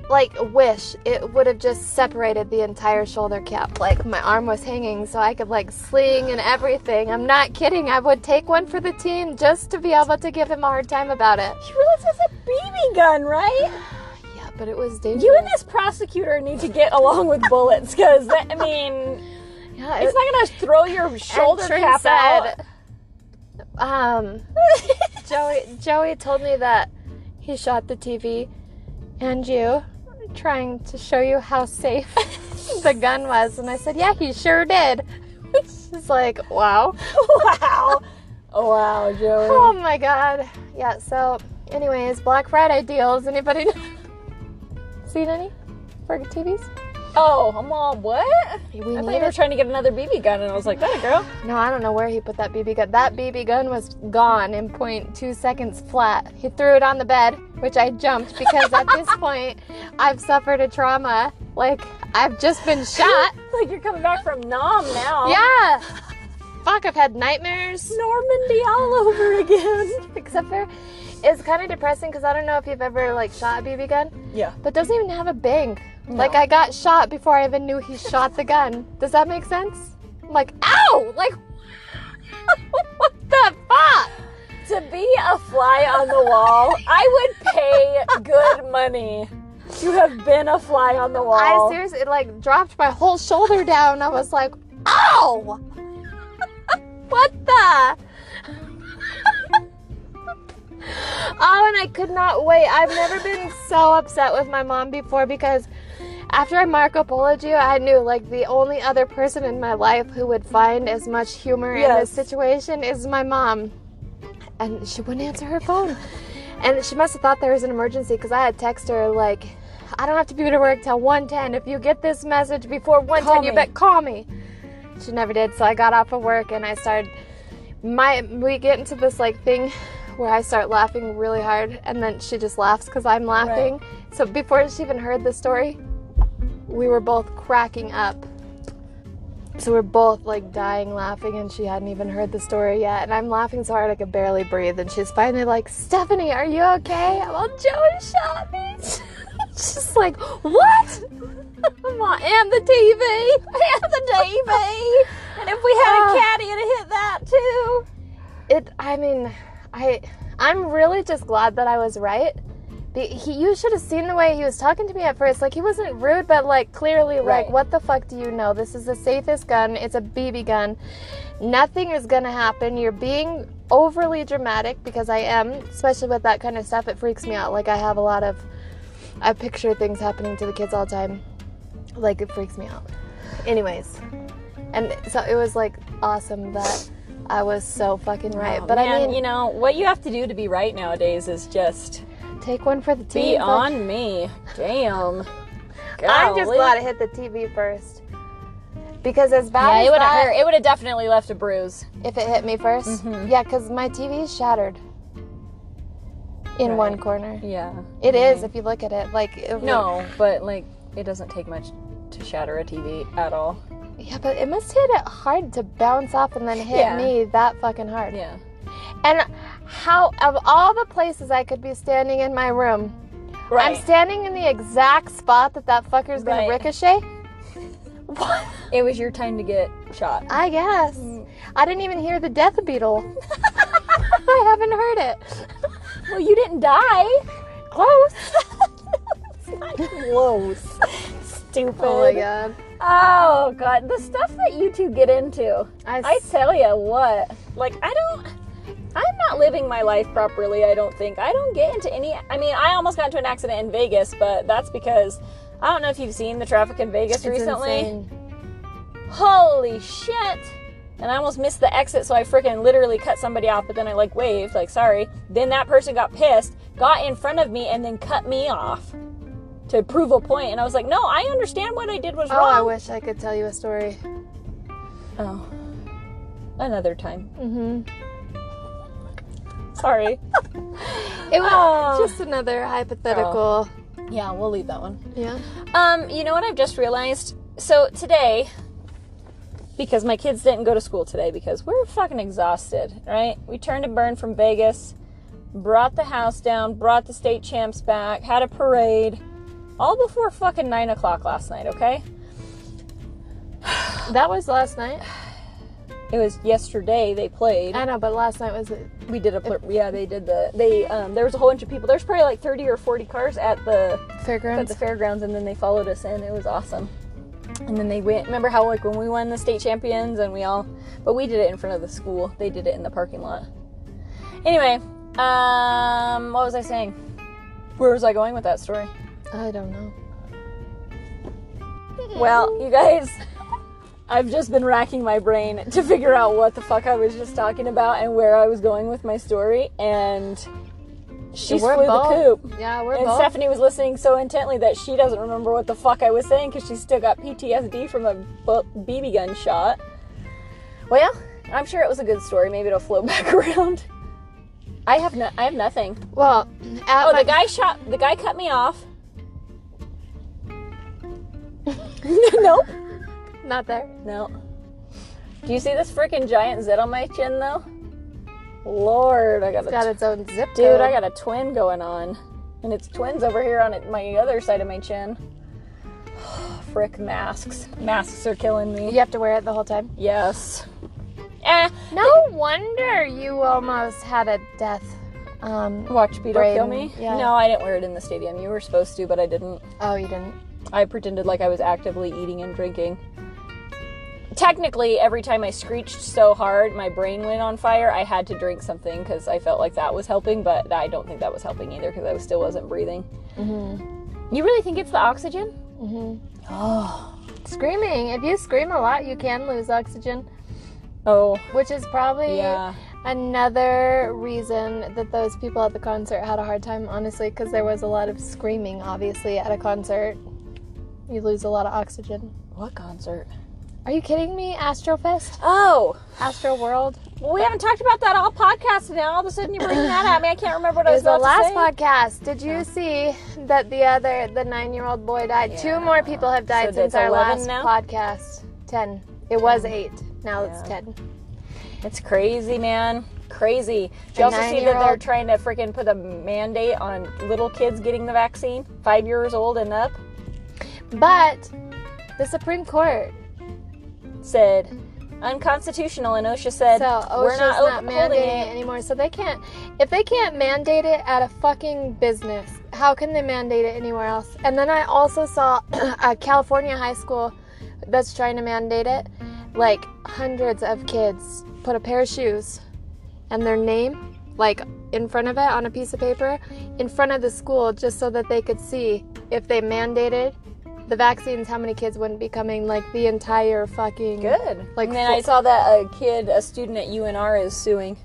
like wish it would have just separated the entire shoulder cap like my arm was hanging so i could like sling and everything i'm not kidding i would take one for the team just to be able to give him a hard time about it
you realize that's a BB gun, right?
yeah but it was dangerous
You and this prosecutor need to get along with bullets, because I mean,
yeah,
it's not gonna throw your shoulder
Trin
cap out. <laughs>
um Joey Joey told me that he shot the TV and you trying to show you how safe <laughs> the gun was and I said, "Yeah, he sure did." <laughs> She's like, "Wow."
wow. Oh, wow, Joey.
Oh my god. Yeah, so anyways, Black Friday deals. Anybody <laughs> seen any for TVs?
Oh, I'm all, what?
We
I thought
need
you were
it.
trying to get another BB gun, and I was like, that girl.
No, I don't know where he put that BB gun. That BB gun was gone in 0.2 seconds flat. He threw it on the bed, which I jumped because at this point I've suffered a trauma. Like I've just been shot.
Like, you're coming back from Nom now.
Yeah. Fuck, I've had nightmares.
Normandy all over again.
Except for it's kind of depressing because I don't know if you've ever like shot a BB gun,
Yeah.
but it doesn't even have a bang. Like I got shot before I even knew he shot the gun. Does that make sense? I'm like, ow! Like, <laughs> what the fuck?
To be a fly on the wall, I would pay good money to have been a fly on the
I
wall.
seriously it, like dropped my whole shoulder down. I was like, ow! <laughs> what the? <laughs> oh, and I could not wait. I've never been so upset with my mom before because after I Marco Poloed you, I knew like the only other person in my life who would find as much humor in this
Yes.
situation is my mom. And she wouldn't answer her phone. And she must have thought there was an emergency because I had texted her like, I don't have to be to work till 1:10. If you get this message before 1:10,
Call
you
me.
bet call me. She never did, so I got off of work and I started my we get into this like thing where I start laughing really hard and then she just laughs because I'm laughing. So before she even heard the story, we were both cracking up. So we're both like dying laughing, and she hadn't even heard the story yet. And I'm laughing so hard I could barely breathe. And she's finally like, Stephanie, are you okay? I'm all, Joey shot me. <laughs> she's like, What? <laughs> I'm all, and the TV. <laughs> And the TV.
and if we had
Ah.
a caddy, it'd hit that too.
it i mean i i'm really just glad that i was right Be- he, you should have seen the way he was talking to me at first like he wasn't rude but like clearly like
Right.
what the fuck do you know this is the safest gun it's a bb gun nothing is gonna happen you're being overly dramatic because i am especially with that kind of stuff it freaks me out like i have a lot of i picture things happening to the kids all the time like it freaks me out anyways and so it was like awesome that i was so fucking right
Oh,
but i
man,
mean
you know, what you have to do to be right nowadays is just
take one for the team
be
but
on me. Damn.
i'm just
Golly.
glad it hit the tv first because as bad
Yeah,
as
it would
that-
have hurt. Mm-hmm. It would have definitely left a bruise.
if it hit me 1st yeah because my tv is shattered in one
Right.
corner
Yeah.
It is if you look at it like it-
No, but like, it doesn't take much to shatter a TV at all.
yeah but it must hit it hard to bounce off and then hit
Yeah.
me that fucking hard
Yeah.
And how, of all the places I could be standing in my room,
Right.
I'm standing in the exact spot that that fucker's gonna
Right.
ricochet? What?
it was your time to get shot.
I guess. I didn't even hear the death <laughs> beetle. I haven't heard it.
Well, you didn't die.
<laughs> Close.
Close. Stupid.
oh my god.
Oh god, the stuff that you two get into.
I,
I tell you what. Like I don't I'm not living my life properly, I don't think. I don't get into any I mean, I almost got into an accident in Vegas, but that's because I don't know if you've seen the traffic in Vegas recently. Holy shit. and I almost missed the exit, so I freaking literally cut somebody off, but then I like waved, like, sorry. Then that person got pissed, got in front of me, and then cut me off to prove a point. And I was like, no, I understand what I did was
Oh, I
wrong.
wish I could tell you a story.
oh, another time.
Mm-hmm.
Sorry.
It was
Oh.
just another hypothetical.
<laughs> yeah, we'll leave that one.
Yeah.
Um, you know what I've just realized? So today, because my kids didn't go to school today because we're fucking exhausted, right? We turned and burned from Vegas, brought the house down, brought the state champs back, had a parade, all before fucking nine o'clock last night, okay?
That was last night.
It was yesterday they played.
I know, but last night was it.
We did a pl- yeah, they did the they um there was a whole bunch of people. There's probably like 30 or 40 cars at the at
Fairgrounds.
the fairgrounds and then they followed us in. It was awesome. And then they went. Remember how like when we won the state champions and we all, but we did it in front of the school. They did it in the parking lot. Anyway, um, what was I saying? Where was I going with that story?
I don't know.
Well, you guys, I've just been racking my brain to figure out what the fuck I was just talking about and where I was going with my story. And she
We're
flew
both-
the coop.
Yeah, we're
And
both.
Stephanie was listening so intently that she doesn't remember what the fuck I was saying because she's still got PTSD from a bu- BB gun shot. Well, I'm sure it was a good story. Maybe it'll float <laughs> back around. I have no, I have nothing.
well, at
Oh,
my,
the guy shot. The guy cut me off. <laughs> nope.
not there.
No. Do you see this freaking giant zit on my chin though? Lord, I got a
Got its own zip
Dude,
code.
I got a twin going on. And it's twins over here on it- my other side of my chin. <sighs> Frick, masks. Masks are killing me.
You have to wear it the whole time.
Yes. Eh,
No wonder you almost had a death. Um.
watch Beto kill
Braden,
me.
yeah.
No, I didn't wear it in the stadium. You were supposed to, but I didn't.
Oh, you didn't.
I pretended like I was actively eating and drinking. Technically, every time I screeched so hard, my brain went on fire. I had to drink something because I felt like that was helping, but I don't think that was helping either because I was- still wasn't breathing. Mm-hmm. You really think it's the oxygen?
Screaming. If you scream a lot, you can lose oxygen,
Oh,
which is probably
yeah.
another reason that those people at the concert had a hard time, honestly, because there was a lot of screaming, obviously, at a concert. You lose a lot of oxygen.
What concert?
Are you kidding me? Astrofest?
Oh,
Astro World?
well, we haven't talked about that all podcast today. All of a sudden, you're bringing that at me. I can't remember what I
It
was
was the
about
last
to say.
podcast. Did you see that the other, the nine-year-old boy died? Two more people have died
So
since
that's
our
11
last
now?
podcast. Ten. It was eight. Now it's
Yeah.
ten.
It's crazy, man. Crazy. Did you
A
also see that they're
nine-year-old-
trying to freaking put a mandate on little kids getting the vaccine, five years old and up?
But the Supreme Court.
Said unconstitutional, and OSHA said
So
we're
OSHA's
not,
not, mandating
upholding
it
it.
anymore. So they can't. If they can't mandate it at a fucking business, how can they mandate it anywhere else? And then I also saw <clears throat> a California high school that's trying to mandate it. Like hundreds of kids put a pair of shoes and their name, like in front of it on a piece of paper, in front of the school, just so that they could see if they mandated the vaccines, how many kids wouldn't be coming. Like the entire fucking
Good.
Like
and then
full-
I saw that a kid, a student at UNR, is suing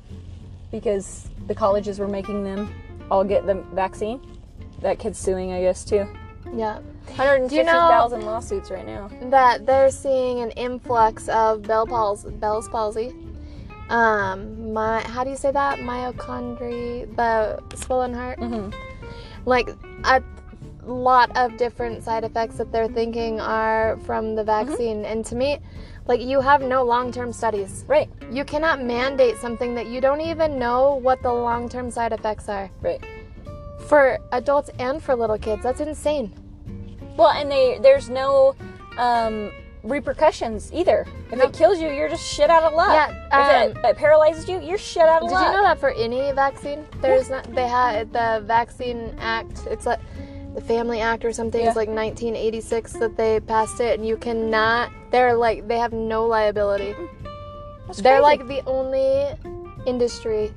because the colleges were making them all get the vaccine. That kid's suing, I guess, too.
yeah.
150,000 lawsuits right now.
that they're seeing an influx of Bell palsy, Bell's palsy. Um, my how do you say that? Myochondri, the swollen heart.
Mhm.
Like a lot of different side effects that they're thinking are from the vaccine. And to me, like you have no long-term studies.
Right,
You cannot mandate something that you don't even know what the long-term side effects are
right.
for adults and for little kids. That's insane.
Well, and they there's no um, repercussions either. If it kills you, you're just shit out of luck.
Yeah, um,
if it, it paralyzes you, you're shit out of
Did
luck.
you know that for any vaccine, there's not they had the Vaccine Act. It's like the Family Act or something. It's
Yeah.
like 1986 that they passed it, and you cannot. They're like they have no liability.
That's
They're
crazy.
like the only industry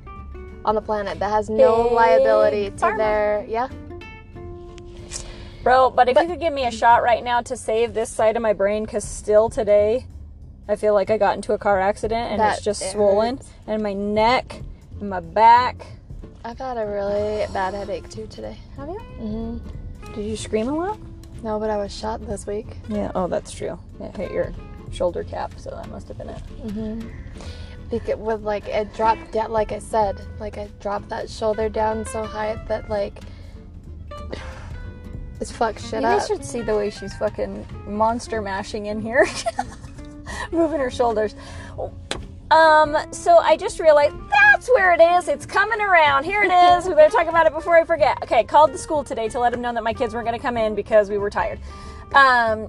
on the planet that has no
Big
liability to
pharma.
their yeah.
Bro, but if you could give me a shot right now to save this side of my brain, because still today, I feel like I got into a car accident and
That-
it's just
it
swollen, and my neck, and my back.
I got a really bad headache too today.
Have you?
Mm-hmm.
Did you scream a lot?
No, but I was shot this week.
Yeah. Oh, that's true. It hit your shoulder cap, so that must have been it.
Because with like it dropped down, like I said, like I dropped that shoulder down so high that like <sighs> it's fucked shit
You
up.
guys should see the way she's fucking monster mashing in here, <laughs> moving her shoulders. Um, so I just realized that's where it is. It's coming around. Here it is. We better talk about it before I forget. Okay, called the school today to let them know that my kids weren't going to come in because we were tired. Um,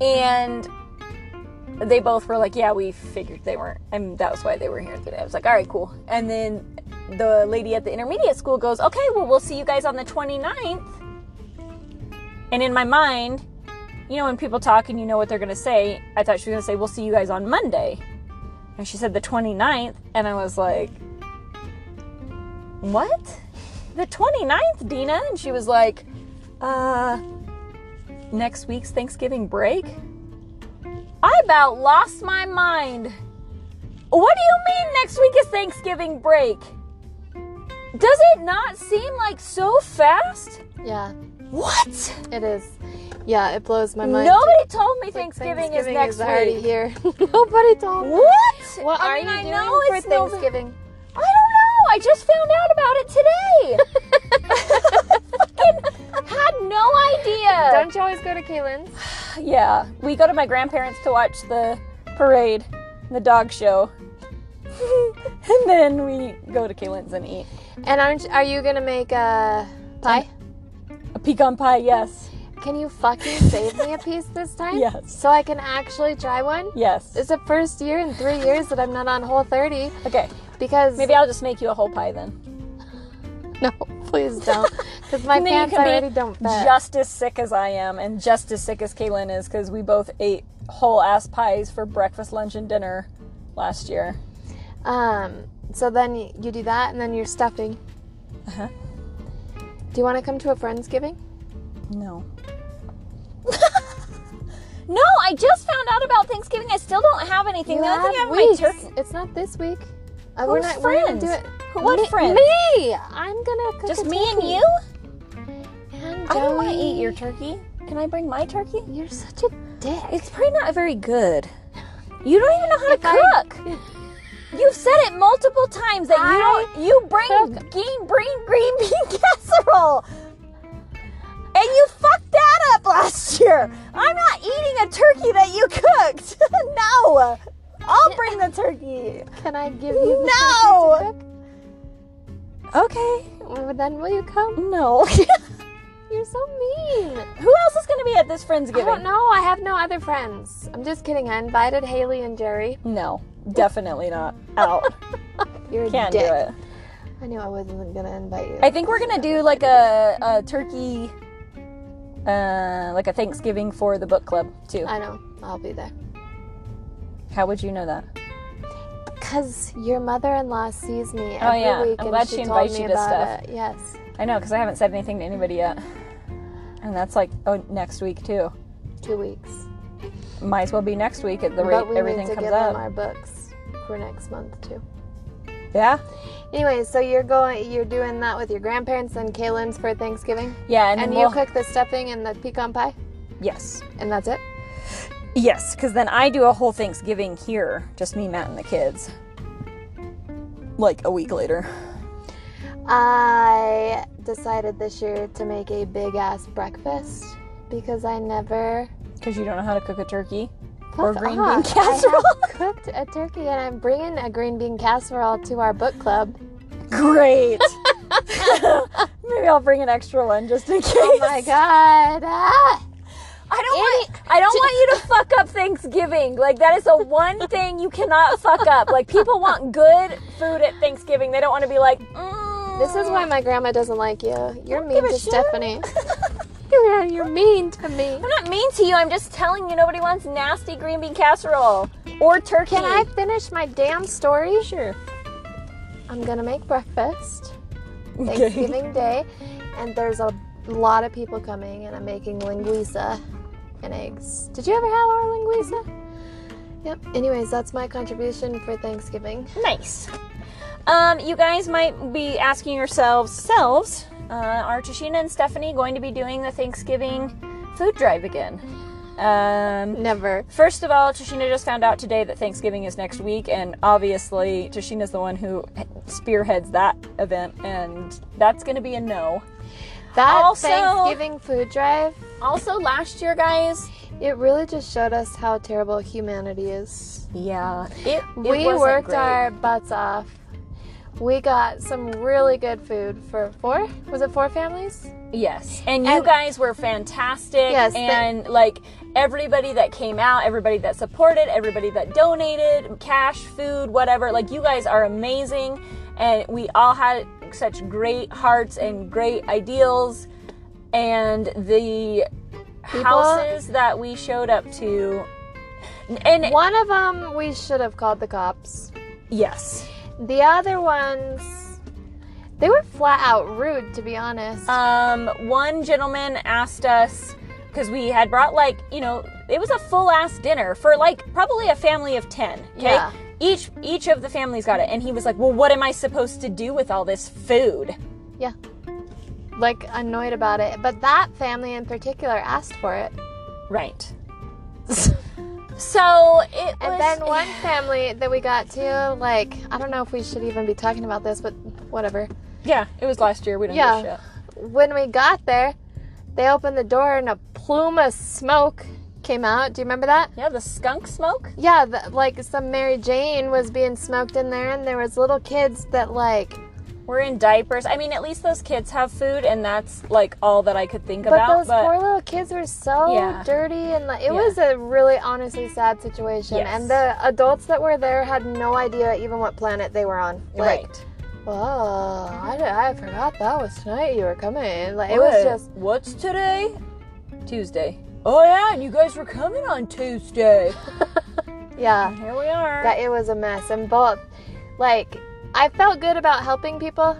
and they both were like, "Yeah, we figured they weren't, and that was why they were here today." I was like, "All right, cool." And then the lady at the intermediate school goes, "Okay, well, we'll see you guys on the 29th." And in my mind, you know, when people talk and you know what they're going to say, I thought she was going to say, We'll see you guys on Monday. And she said the 29th. And I was like, What? The 29th, Dina? And she was like, Uh, next week's Thanksgiving break? I about lost my mind. What do you mean next week is Thanksgiving break? Does it not seem like so fast?
yeah,
What?
it is. Yeah, it blows my mind.
Nobody told me
Like,
Thanksgiving, is
Thanksgiving
next
already
week.
here. <laughs> Nobody told. me.
What?
What
I
are
mean,
you
I
doing
know
for
it's Nova-
Thanksgiving?
I don't know. I just found out about it today.
<laughs>
Fucking had no idea.
Don't you always go to Kaylin's?
Yeah, we go to my grandparents to watch the parade, the dog show, <laughs> and then we go to Kaylin's and eat
And aren't are you gonna make a pie?
a pecan pie. Yes,
Can you fucking save me a piece
<laughs>
this time?
Yes.
So I can actually try one.
yes.
It's the first year in three years that I'm not on Whole 30
Okay,
because
maybe I'll just make you a whole pie then.
<laughs> no, please
<laughs>
don't, because my
And then
pants
you can
already
be
don't fit.
just as sick as I am, and just as sick as Kaylin is, because we both ate whole ass pies for breakfast, lunch, and dinner last year.
Um, so then y- you do that, and then you're stuffing.
Uh-huh.
Do you want to come to a friendsgiving?
No. <laughs> no, I just found out about Thanksgiving. I still don't have anything.
You
the only thing I
have
have my
weeks.
turkey.
It's not this week. Uh,
Who's friends?
do it.
Who- what
me,
friends?
Me. I'm gonna cook
Just
a
me and
turkey.
you?
And
I don't want to
Joey.
eat your turkey. Can I bring my turkey?
You're such a dick.
It's probably not very good. You don't even know how
If I-
to cook. You've said it multiple times that
I
you don't. You bring
cook.
green, green, green <laughs> bean casserole, and you fucked that up last year. I'm not eating a turkey that you cooked. <laughs> no, I'll bring the turkey.
Can I give you the
No!
turkey to
Okay.
cook? Well, Then will you come?
No. <laughs>
You're so mean.
Who else is gonna be at this friendsgiving?
I don't know. I have no other friends. I'm just kidding. I invited Haley and Jerry.
No, definitely not. Out.
You're a
Can't
dick.
do it.
I knew I wasn't gonna invite you.
I think we're gonna do like a, a turkey, uh, like a Thanksgiving for the book club too.
I know. I'll be there.
How would you know that?
Cause your mother-in-law sees me every
Oh, yeah.
week,
I'm
and
glad
she,
she
told
invites
me
you to
about
stuff.
it. Yes.
I know because I haven't said anything to anybody yet, and that's like oh next week too.
Two weeks.
Might as well be next week at the
but
rate
we
everything
need to
comes
give
up.
them our books for next month too.
yeah,
Anyway, so you're going, you're doing that with your grandparents and Kaylin's for Thanksgiving,
yeah, and,
and,
then
you
we'll-
cook the stuffing and the pecan pie,
yes,
and that's it.
yes, because then I do a whole Thanksgiving here, just me, Matt, and the kids. Like a week later.
I decided this year to make a big ass breakfast because I never
Because you don't know how to cook a turkey or
Fuck
green bean
off.
casserole. <laughs>
I have cooked a turkey and I'm bringing a green bean casserole to our book club. <laughs>
Great. <laughs> Maybe I'll bring an extra one just in case.
Oh <laughs> my god! Ah!
I don't want I don't want you
<laughs>
to fuck up Thanksgiving. Like that is the one thing you cannot fuck up. Like people want good food at Thanksgiving. They don't want to be like, mm,
This is why my grandma doesn't like you. You're mean
give a
to
shit. <laughs>
Stephanie. You're you're mean to me.
I'm not mean to you. I'm just telling you nobody wants nasty green bean casserole or turkey. <laughs>
Can I finish my damn story?
Sure.
I'm gonna make breakfast
Okay.
Thanksgiving Day, and there's a lot of people coming, and I'm making linguiça and eggs. Did you ever have our linguiça?
Mm-hmm.
Yep. Anyways, that's my contribution for Thanksgiving.
Nice. Um, you guys might be asking yourselves, selves, uh, are Tashina and Stephanie going to be doing the Thanksgiving food drive again? Um,
Never.
First of all, Tashina just found out today that Thanksgiving is next week, and obviously Tashina's the one who spearheads that event, and that's going to be a no.
That
Also-
Thanksgiving food drive,
Also, last year, guys,
it really just showed us how terrible humanity is.
yeah, it, it
we
wasn't
worked
great.
our butts off. We got some really good food for four. Was it four families?
yes, and you
and-
guys were fantastic,
Yes, they-
and like everybody that came out, everybody that supported, everybody that donated, cash, food, whatever. Like you guys are amazing, and we all had such great hearts and great ideals, and the houses that we showed up to, and
One of them we should have called the cops.
yes,
The other ones, they were flat out rude, to be honest.
Um, one gentleman asked us because we had brought like you know it was a full ass dinner for like probably a family of ten. 'kay?
Yeah.
Each each of the families got it, and he was like, "Well, what am I supposed to do with all this food?"
like annoyed about it. But that family in particular asked for it. <laughs>
Right. so it
And
was.
then one family that we got to, like, I don't know if we should even be talking about this, but whatever.
<laughs> yeah, it was last year. We don't
Yeah.
give a shit.
When we got there, they opened the door and a plume of smoke came out. Do you remember that?
Yeah, the skunk smoke.
Yeah, the, like some Mary Jane was being smoked in there, and there was little kids that like.
We're in diapers. I mean, at least those kids have food, and that's like all that I could think
But
about.
those poor little kids were so
Yeah.
dirty, and like, it
Yeah.
was a really honestly sad situation.
Yes.
And the adults that were there had no idea even what planet they were on. Like,
right.
Whoa, I, did- I forgot that was tonight you were coming. Like, it was
What?
just,
what's today? Tuesday. Oh yeah, and you guys were coming on Tuesday. <laughs>
yeah,
Here we are.
that it was a mess. And both, like, I felt good about helping people,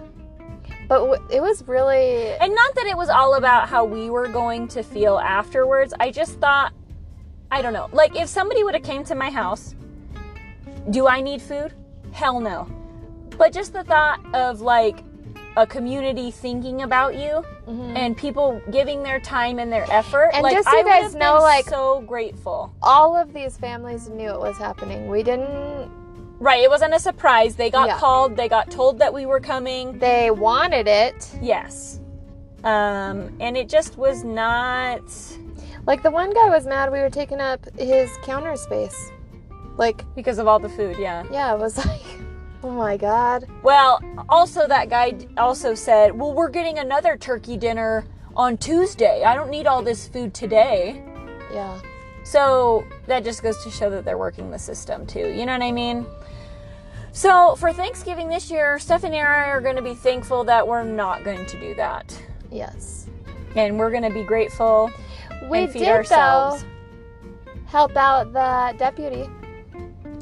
but w- it was really,
and not that it was all about how we were going to feel afterwards. I just thought I don't know. Like if somebody would have came to my house, do I need food? Hell no. But just the thought of like a community thinking about you and people giving their time and their effort.
Mm-hmm. And
like,
just so
I
you guys
would've been
know, like-
so grateful.
all of these families knew it was happening. We didn't,
Right, it wasn't a surprise. They got
Yeah.
called, they got told that we were coming.
they wanted it.
Yes. Um, and it just was not
Like, the one guy was mad we were taking up his counter space. Like,
because of all the food, yeah.
yeah, it was <laughs> like, oh my god.
Well, also that guy d- also said, "Well, we're getting another turkey dinner on Tuesday. I don't need all this food today."
Yeah.
So that just goes to show that they're working the system too. You know what I mean? So for Thanksgiving this year, Stephanie and I are going to be thankful that we're not going to do that.
Yes.
And we're going to be grateful
We
and feed
did,
ourselves.
though. help out the deputy.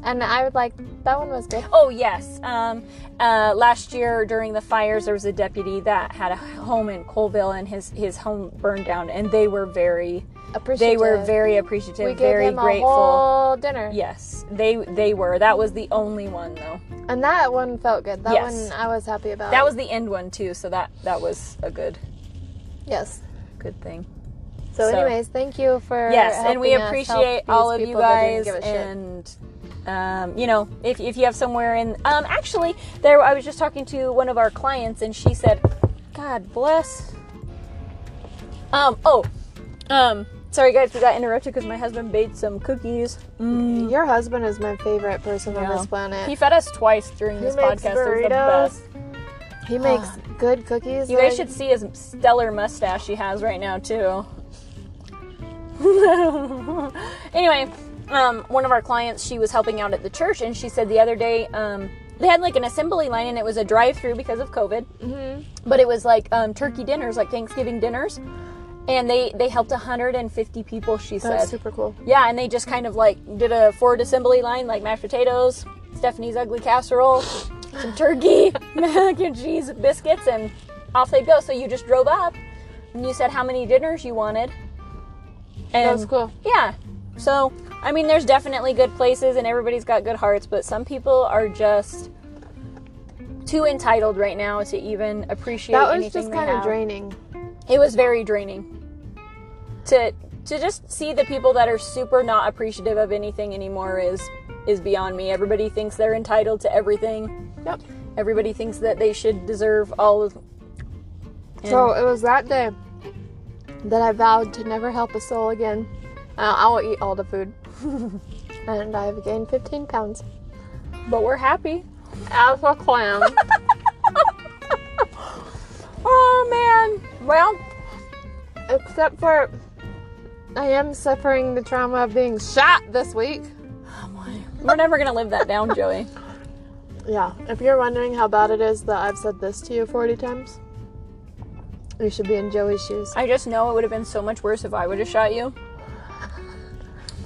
And I would like that one was good.
Oh yes. Um, uh, last year during the fires, there was a deputy that had a home in Colville, and his his home burned down, and they were very they
Appreciative.
were very appreciative,
we gave
very
him
grateful.
a whole dinner.
Yes, they they were. That was the only one though.
And that one felt good. That
Yes.
one I was happy about.
That was the end one too. So that that was a good
yes.
good thing.
So,
So-
anyways, thank you for
yes, and we
helping us help
appreciate
these
all of you
people that didn't
guys
give a shit.
and um, you know if, if you have somewhere in um, actually there I was just talking to one of our clients and she said God bless um oh um sorry guys we got interrupted because my husband made some cookies mm,
your husband is my favorite person on
yeah.
this planet.
he fed us twice during this
makes
podcast it was the best
burritos. he makes good cookies.
uh, you
that
guys
I-
should see his stellar mustache he has right now too. <laughs> anyway, um, one of our clients, she was helping out at the church, and she said the other day um, they had like an assembly line, and it was a drive-through because of COVID. But it was like um, turkey dinners, like Thanksgiving dinners, and they they helped 150 people. She
That's
said,
super cool.
yeah, uh, and they just kind of like did a forward assembly line, like mashed potatoes, Stephanie's ugly casserole, some turkey, <laughs> mac and cheese, biscuits, and off they go. So you just drove up and you said how many dinners you wanted. And
That was cool.
yeah. So I mean, there's definitely good places and everybody's got good hearts, but some people are just too entitled right now to even appreciate
That was
anything
just
they
kind of
have.
draining.
It was very draining to to just see the people that are super not appreciative of anything anymore is is beyond me. Everybody thinks they're entitled to everything.
Yep.
Everybody thinks that they should deserve all of. And
So it was that day that I vowed to never help a soul again. Uh, I will eat all the food. <laughs> and I've gained 15 pounds.
but we're happy.
As a clam.
oh man. Well,
<laughs> Except for I am suffering the trauma of being shot this week.
we're never gonna live that down, Joey.
Yeah, if you're wondering how bad it is that I've said this to you 40 times, you should be in Joey's shoes.
I just know it would have been so much worse if I would have shot you.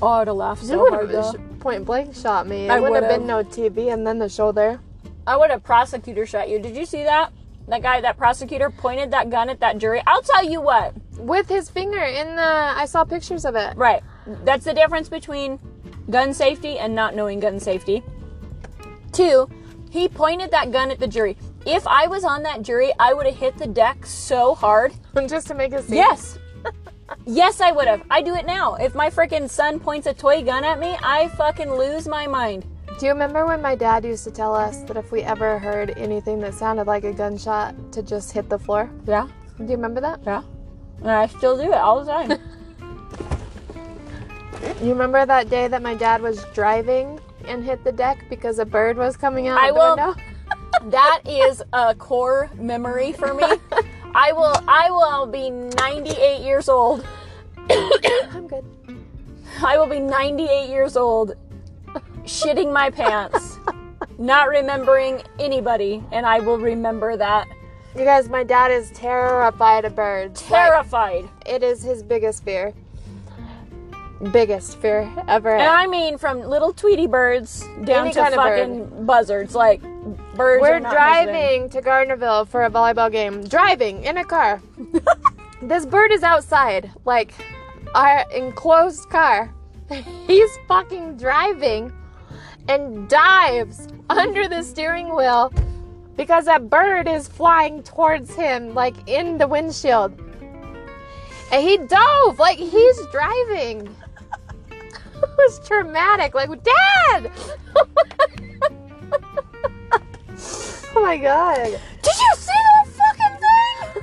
Oh, I'd have laughed
You
so hard
would
though.
have point blank shot me.
I
It would have
would've.
been no TV and then the shoulder.
I would have prosecutor shot you. Did you see that? That guy, that prosecutor pointed that gun at that jury. I'll tell you what.
With his finger in the. I saw pictures of it.
Right. That's the difference between gun safety and not knowing gun safety. Two, he pointed that gun at the jury. If I was on that jury, I would have hit the deck so hard.
Just to make a
<laughs>
scene.
Yes. yes, I would have. I do it now. If my freaking son points a toy gun at me, I fucking lose my mind.
Do you remember when my dad used to tell us that if we ever heard anything that sounded like a gunshot, to just hit the floor?
Yeah.
Do you remember that?
Yeah. And I still do it all the <laughs> time.
You remember that day that my dad was driving and hit the deck because a bird was coming out
I
of the
will-
window? <laughs>
that is a core memory for <laughs> me. I will I will be 98 years old.
I'm good.
I will be 98 years old shitting my
<laughs>
pants, not remembering anybody, and I will remember that
You guys, my dad is terrified of birds. Like,
terrified.
it is his biggest fear. Biggest fear ever.
And I mean from little Tweety birds down
Any
to
kind of
fucking buzzards like birds
We're
are not his thing.
driving to Gardnerville for a volleyball game. Driving in a
<laughs>
car. this bird is outside, like our enclosed car. <laughs> He's fucking driving and dives under the steering wheel because a bird is flying towards him, like in the windshield. And he dove, like he's driving. <laughs> it was traumatic. Like, Dad! oh my god.
Did you see that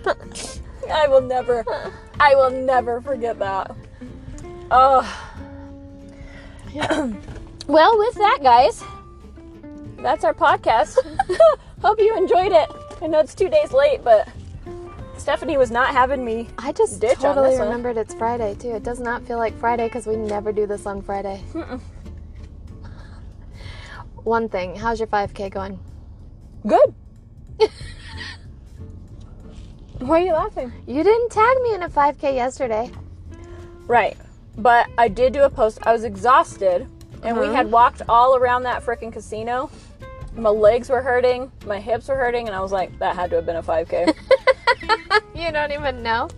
fucking thing? I will never, I will never forget that. Oh. well, with that, guys, that's our podcast. <laughs> Hope you enjoyed it. I know it's two days late, but Stephanie was not having me.
I just
Ditch on
totally
this one.
remembered it's Friday too. It does not feel like Friday because we never do this on Friday. One thing, how's your 5K going?
Good. <laughs> Why are you laughing?
You didn't tag me in a 5K yesterday.
Right. But I did do a post. I was exhausted, and we had walked all around that freaking casino. My legs were hurting, my hips were hurting, and I was like, that had to have been a <laughs> 5K.
You don't even know.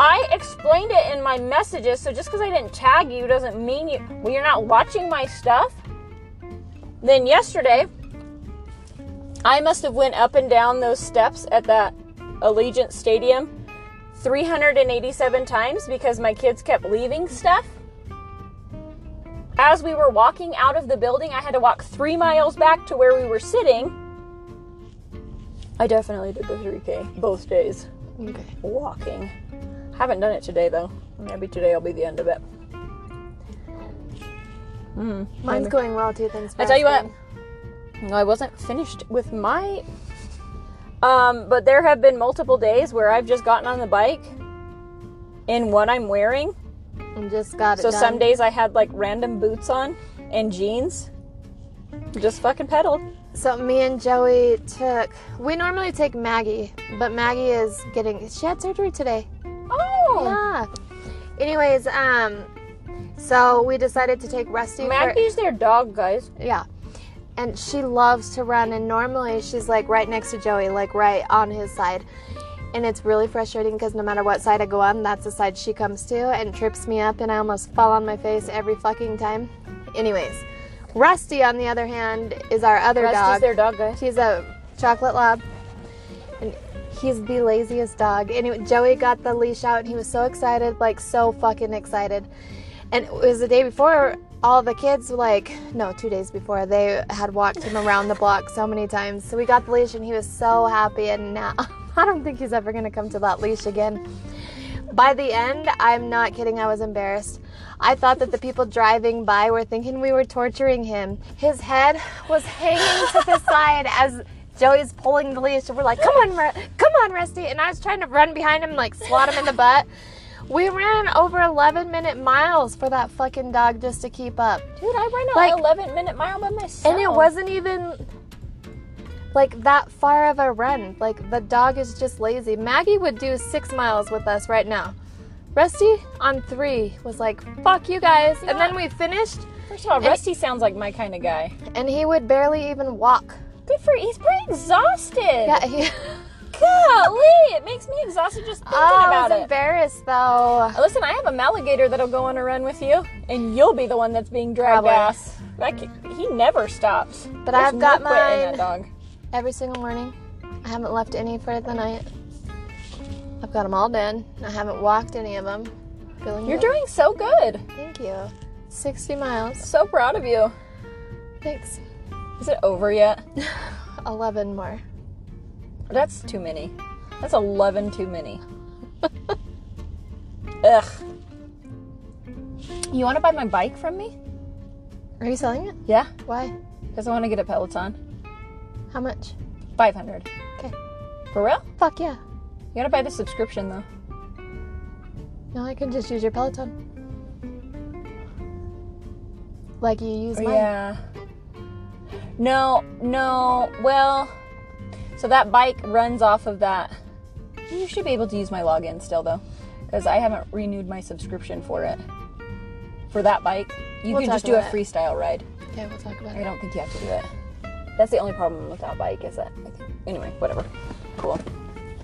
I explained it in my messages, so just because I didn't tag you doesn't mean you. Well, you're not watching my stuff. Then yesterday, I must have went up and down those steps at that Allegiant Stadium 387 times because my kids kept leaving stuff. As we were walking out of the building, I had to walk three miles back to where we were sitting. I definitely did the 3K both days
Okay.
walking. Haven't done it today though. Maybe today will be the end of it.
Mine's going well too. Thanks. For
I tell you what,
asking.
no, I wasn't finished with my. Um, but there have been multiple days where I've just gotten on the bike in what I'm wearing.
I just got it.
So
done.
some days I had like random boots on and jeans. Just fucking pedaled.
So me and Joey took. We normally take Maggie, but Maggie is getting. She had surgery today.
Oh,
Yeah. Anyways, um, so we decided to take Rusty. for-
Maggie's their dog, guys.
yeah. And she loves to run, and normally she's like right next to Joey, like right on his side. And it's really frustrating because no matter what side I go on, that's the side she comes to and trips me up, and I almost fall on my face every fucking time. Anyways, Rusty, on the other hand, is our other
Rusty's
dog.
their dog, guys.
He's a chocolate lab. And he's the laziest dog. And it- Joey got the leash out and he was so excited, like so fucking excited. And it was the day before all the kids like no, 2 days before they had walked him around the block so many times. So we got the leash and he was so happy and now <laughs> I don't think he's ever going to come to that leash again. By the end, I'm not kidding, I was embarrassed. I thought that the people driving by were thinking we were torturing him. His head was hanging to the side as Joey's pulling the leash, and we're like, "Come on, Ru- come on, Rusty!" And I was trying to run behind him, like swat him in the butt. We ran over 11 minute miles for that fucking dog just to keep up.
Dude, I ran an
Like-
11 minute mile by myself.
And it wasn't even like that far of a run. Like the dog is just lazy. Maggie would do six miles with us right now. Rusty on three was like, fuck you guys. And then we finished
First of all, Rusty sounds like my kind of guy.
and he would barely even walk.
Good for he's pretty exhausted. <laughs>
Yeah, he <laughs>
Golly, it makes me exhausted just thinking
I
about
Oh, was
it.
embarrassed though.
Listen, I have a alligator that'll go on a run with you, and you'll be the one that's being dragged
Probably.
ass. Like he never stops.
But
There's
I've got
no quit in
mine.
that dog.
Every single morning. I haven't left any for the night. I've got them all done. I haven't walked any of them. Feeling
You're
good.
doing so good.
Thank you. 60 miles.
So proud of you.
Thanks.
Is it over yet?
11 more.
That's too many. That's 11 too
<laughs>
many. Ugh. You want to buy my bike from me?
Are you selling it?
Yeah,
Why?
because I want to get a Peloton.
How much?
500.
Okay.
For real?
Fuck yeah.
You gotta buy the subscription though.
No, I can just use your Peloton. Like you use mine.
Oh, Yeah. No, no. Well, so that bike runs off of that. You should be able to use my login still though, because I haven't renewed my subscription for it. For that bike, you
We'll
can
talk
just do a
about it.
freestyle ride.
Okay, we'll talk about
I
it.
don't think you have to do it. That's the only problem with that bike is that I think. Anyway, whatever. Cool.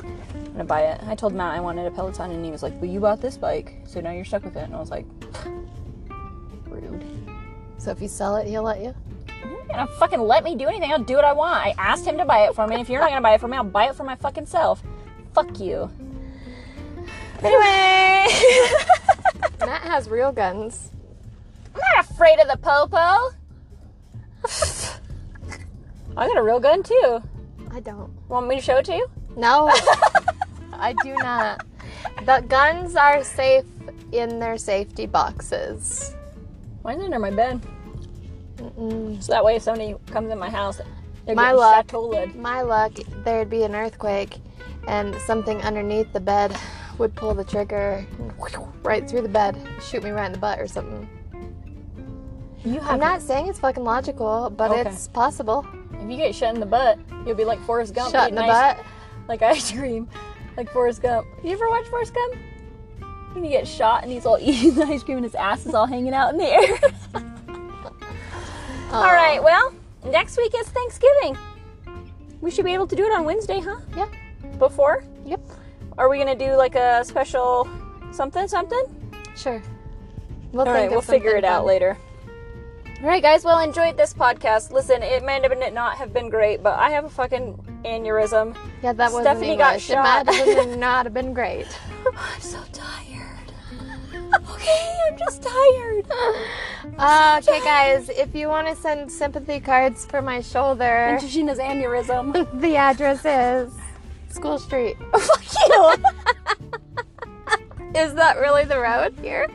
I'm gonna buy it. I told Matt I wanted a Peloton, and he was like, "Well, you bought this bike, so now you're stuck with it." And I was like, <laughs> "Rude."
So if you sell it, he'll let you.
You're not gonna fucking let me do anything. I'll do what I want. I asked him to buy it for me. If you're not gonna buy it for me, I'll buy it for my fucking self. Fuck you. Anyway, <laughs>
Matt has real guns.
I'm not afraid of the popo. <sighs> I got a real gun too.
I don't.
Want me to show it to you?
No, <laughs> I do not. The guns are safe in their safety boxes.
Mine's under my bed,
Mm-mm.
so that way if somebody comes in my house, they're
My
getting
luck.
shackled.
My luck, there'd be an earthquake and something underneath the bed would pull the trigger right through the bed, shoot me right in the butt or something.
You have.
I'm not saying it's fucking logical, but
Okay.
it's possible.
If you get shot in the butt, you'll be like Forrest Gump.
Shut in
eating
the
ice
butt.
like <laughs> ice cream, like Forrest Gump. You ever watch Forrest Gump? When he gets shot and he's all <laughs> eating the ice cream and his ass is all hanging out in the air. <laughs> all right, well, next week is Thanksgiving. We should be able to do it on Wednesday, huh?
Yeah.
Before?
Yep.
Are we gonna do like a special something something?
Sure. We'll
All right,
think of
we'll figure
something
it out
fun.
later. All right, guys. Well, enjoyed this podcast. Listen, it may have been- not have been great, but I have a fucking aneurysm.
Yeah, that wasn't
Stephanie got
English. It might
shot. <laughs>
have been- not have been great.
Oh, I'm so tired. Okay, I'm just tired.
Uh, Okay, guys, if you want to send sympathy cards for my
<laughs>
shoulder,
And Tashina's aneurysm.
the address is School Street.
<laughs> Fuck you.
Is that really the road here?
<laughs>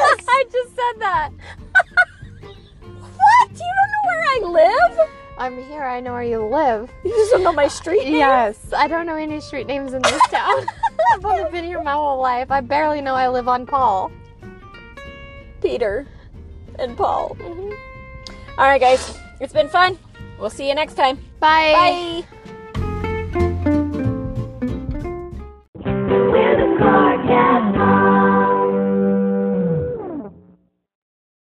Yes.
I just said that.
what? You don't know where I live?
I'm here. I know where you live.
You just don't know my street name.
Yes, I don't know any street names in this town. I've only been here my whole life. I barely know I live on Paul.
Peter and Mm-hmm. Paul. All right, guys. It's been fun. We'll see you next time. Bye.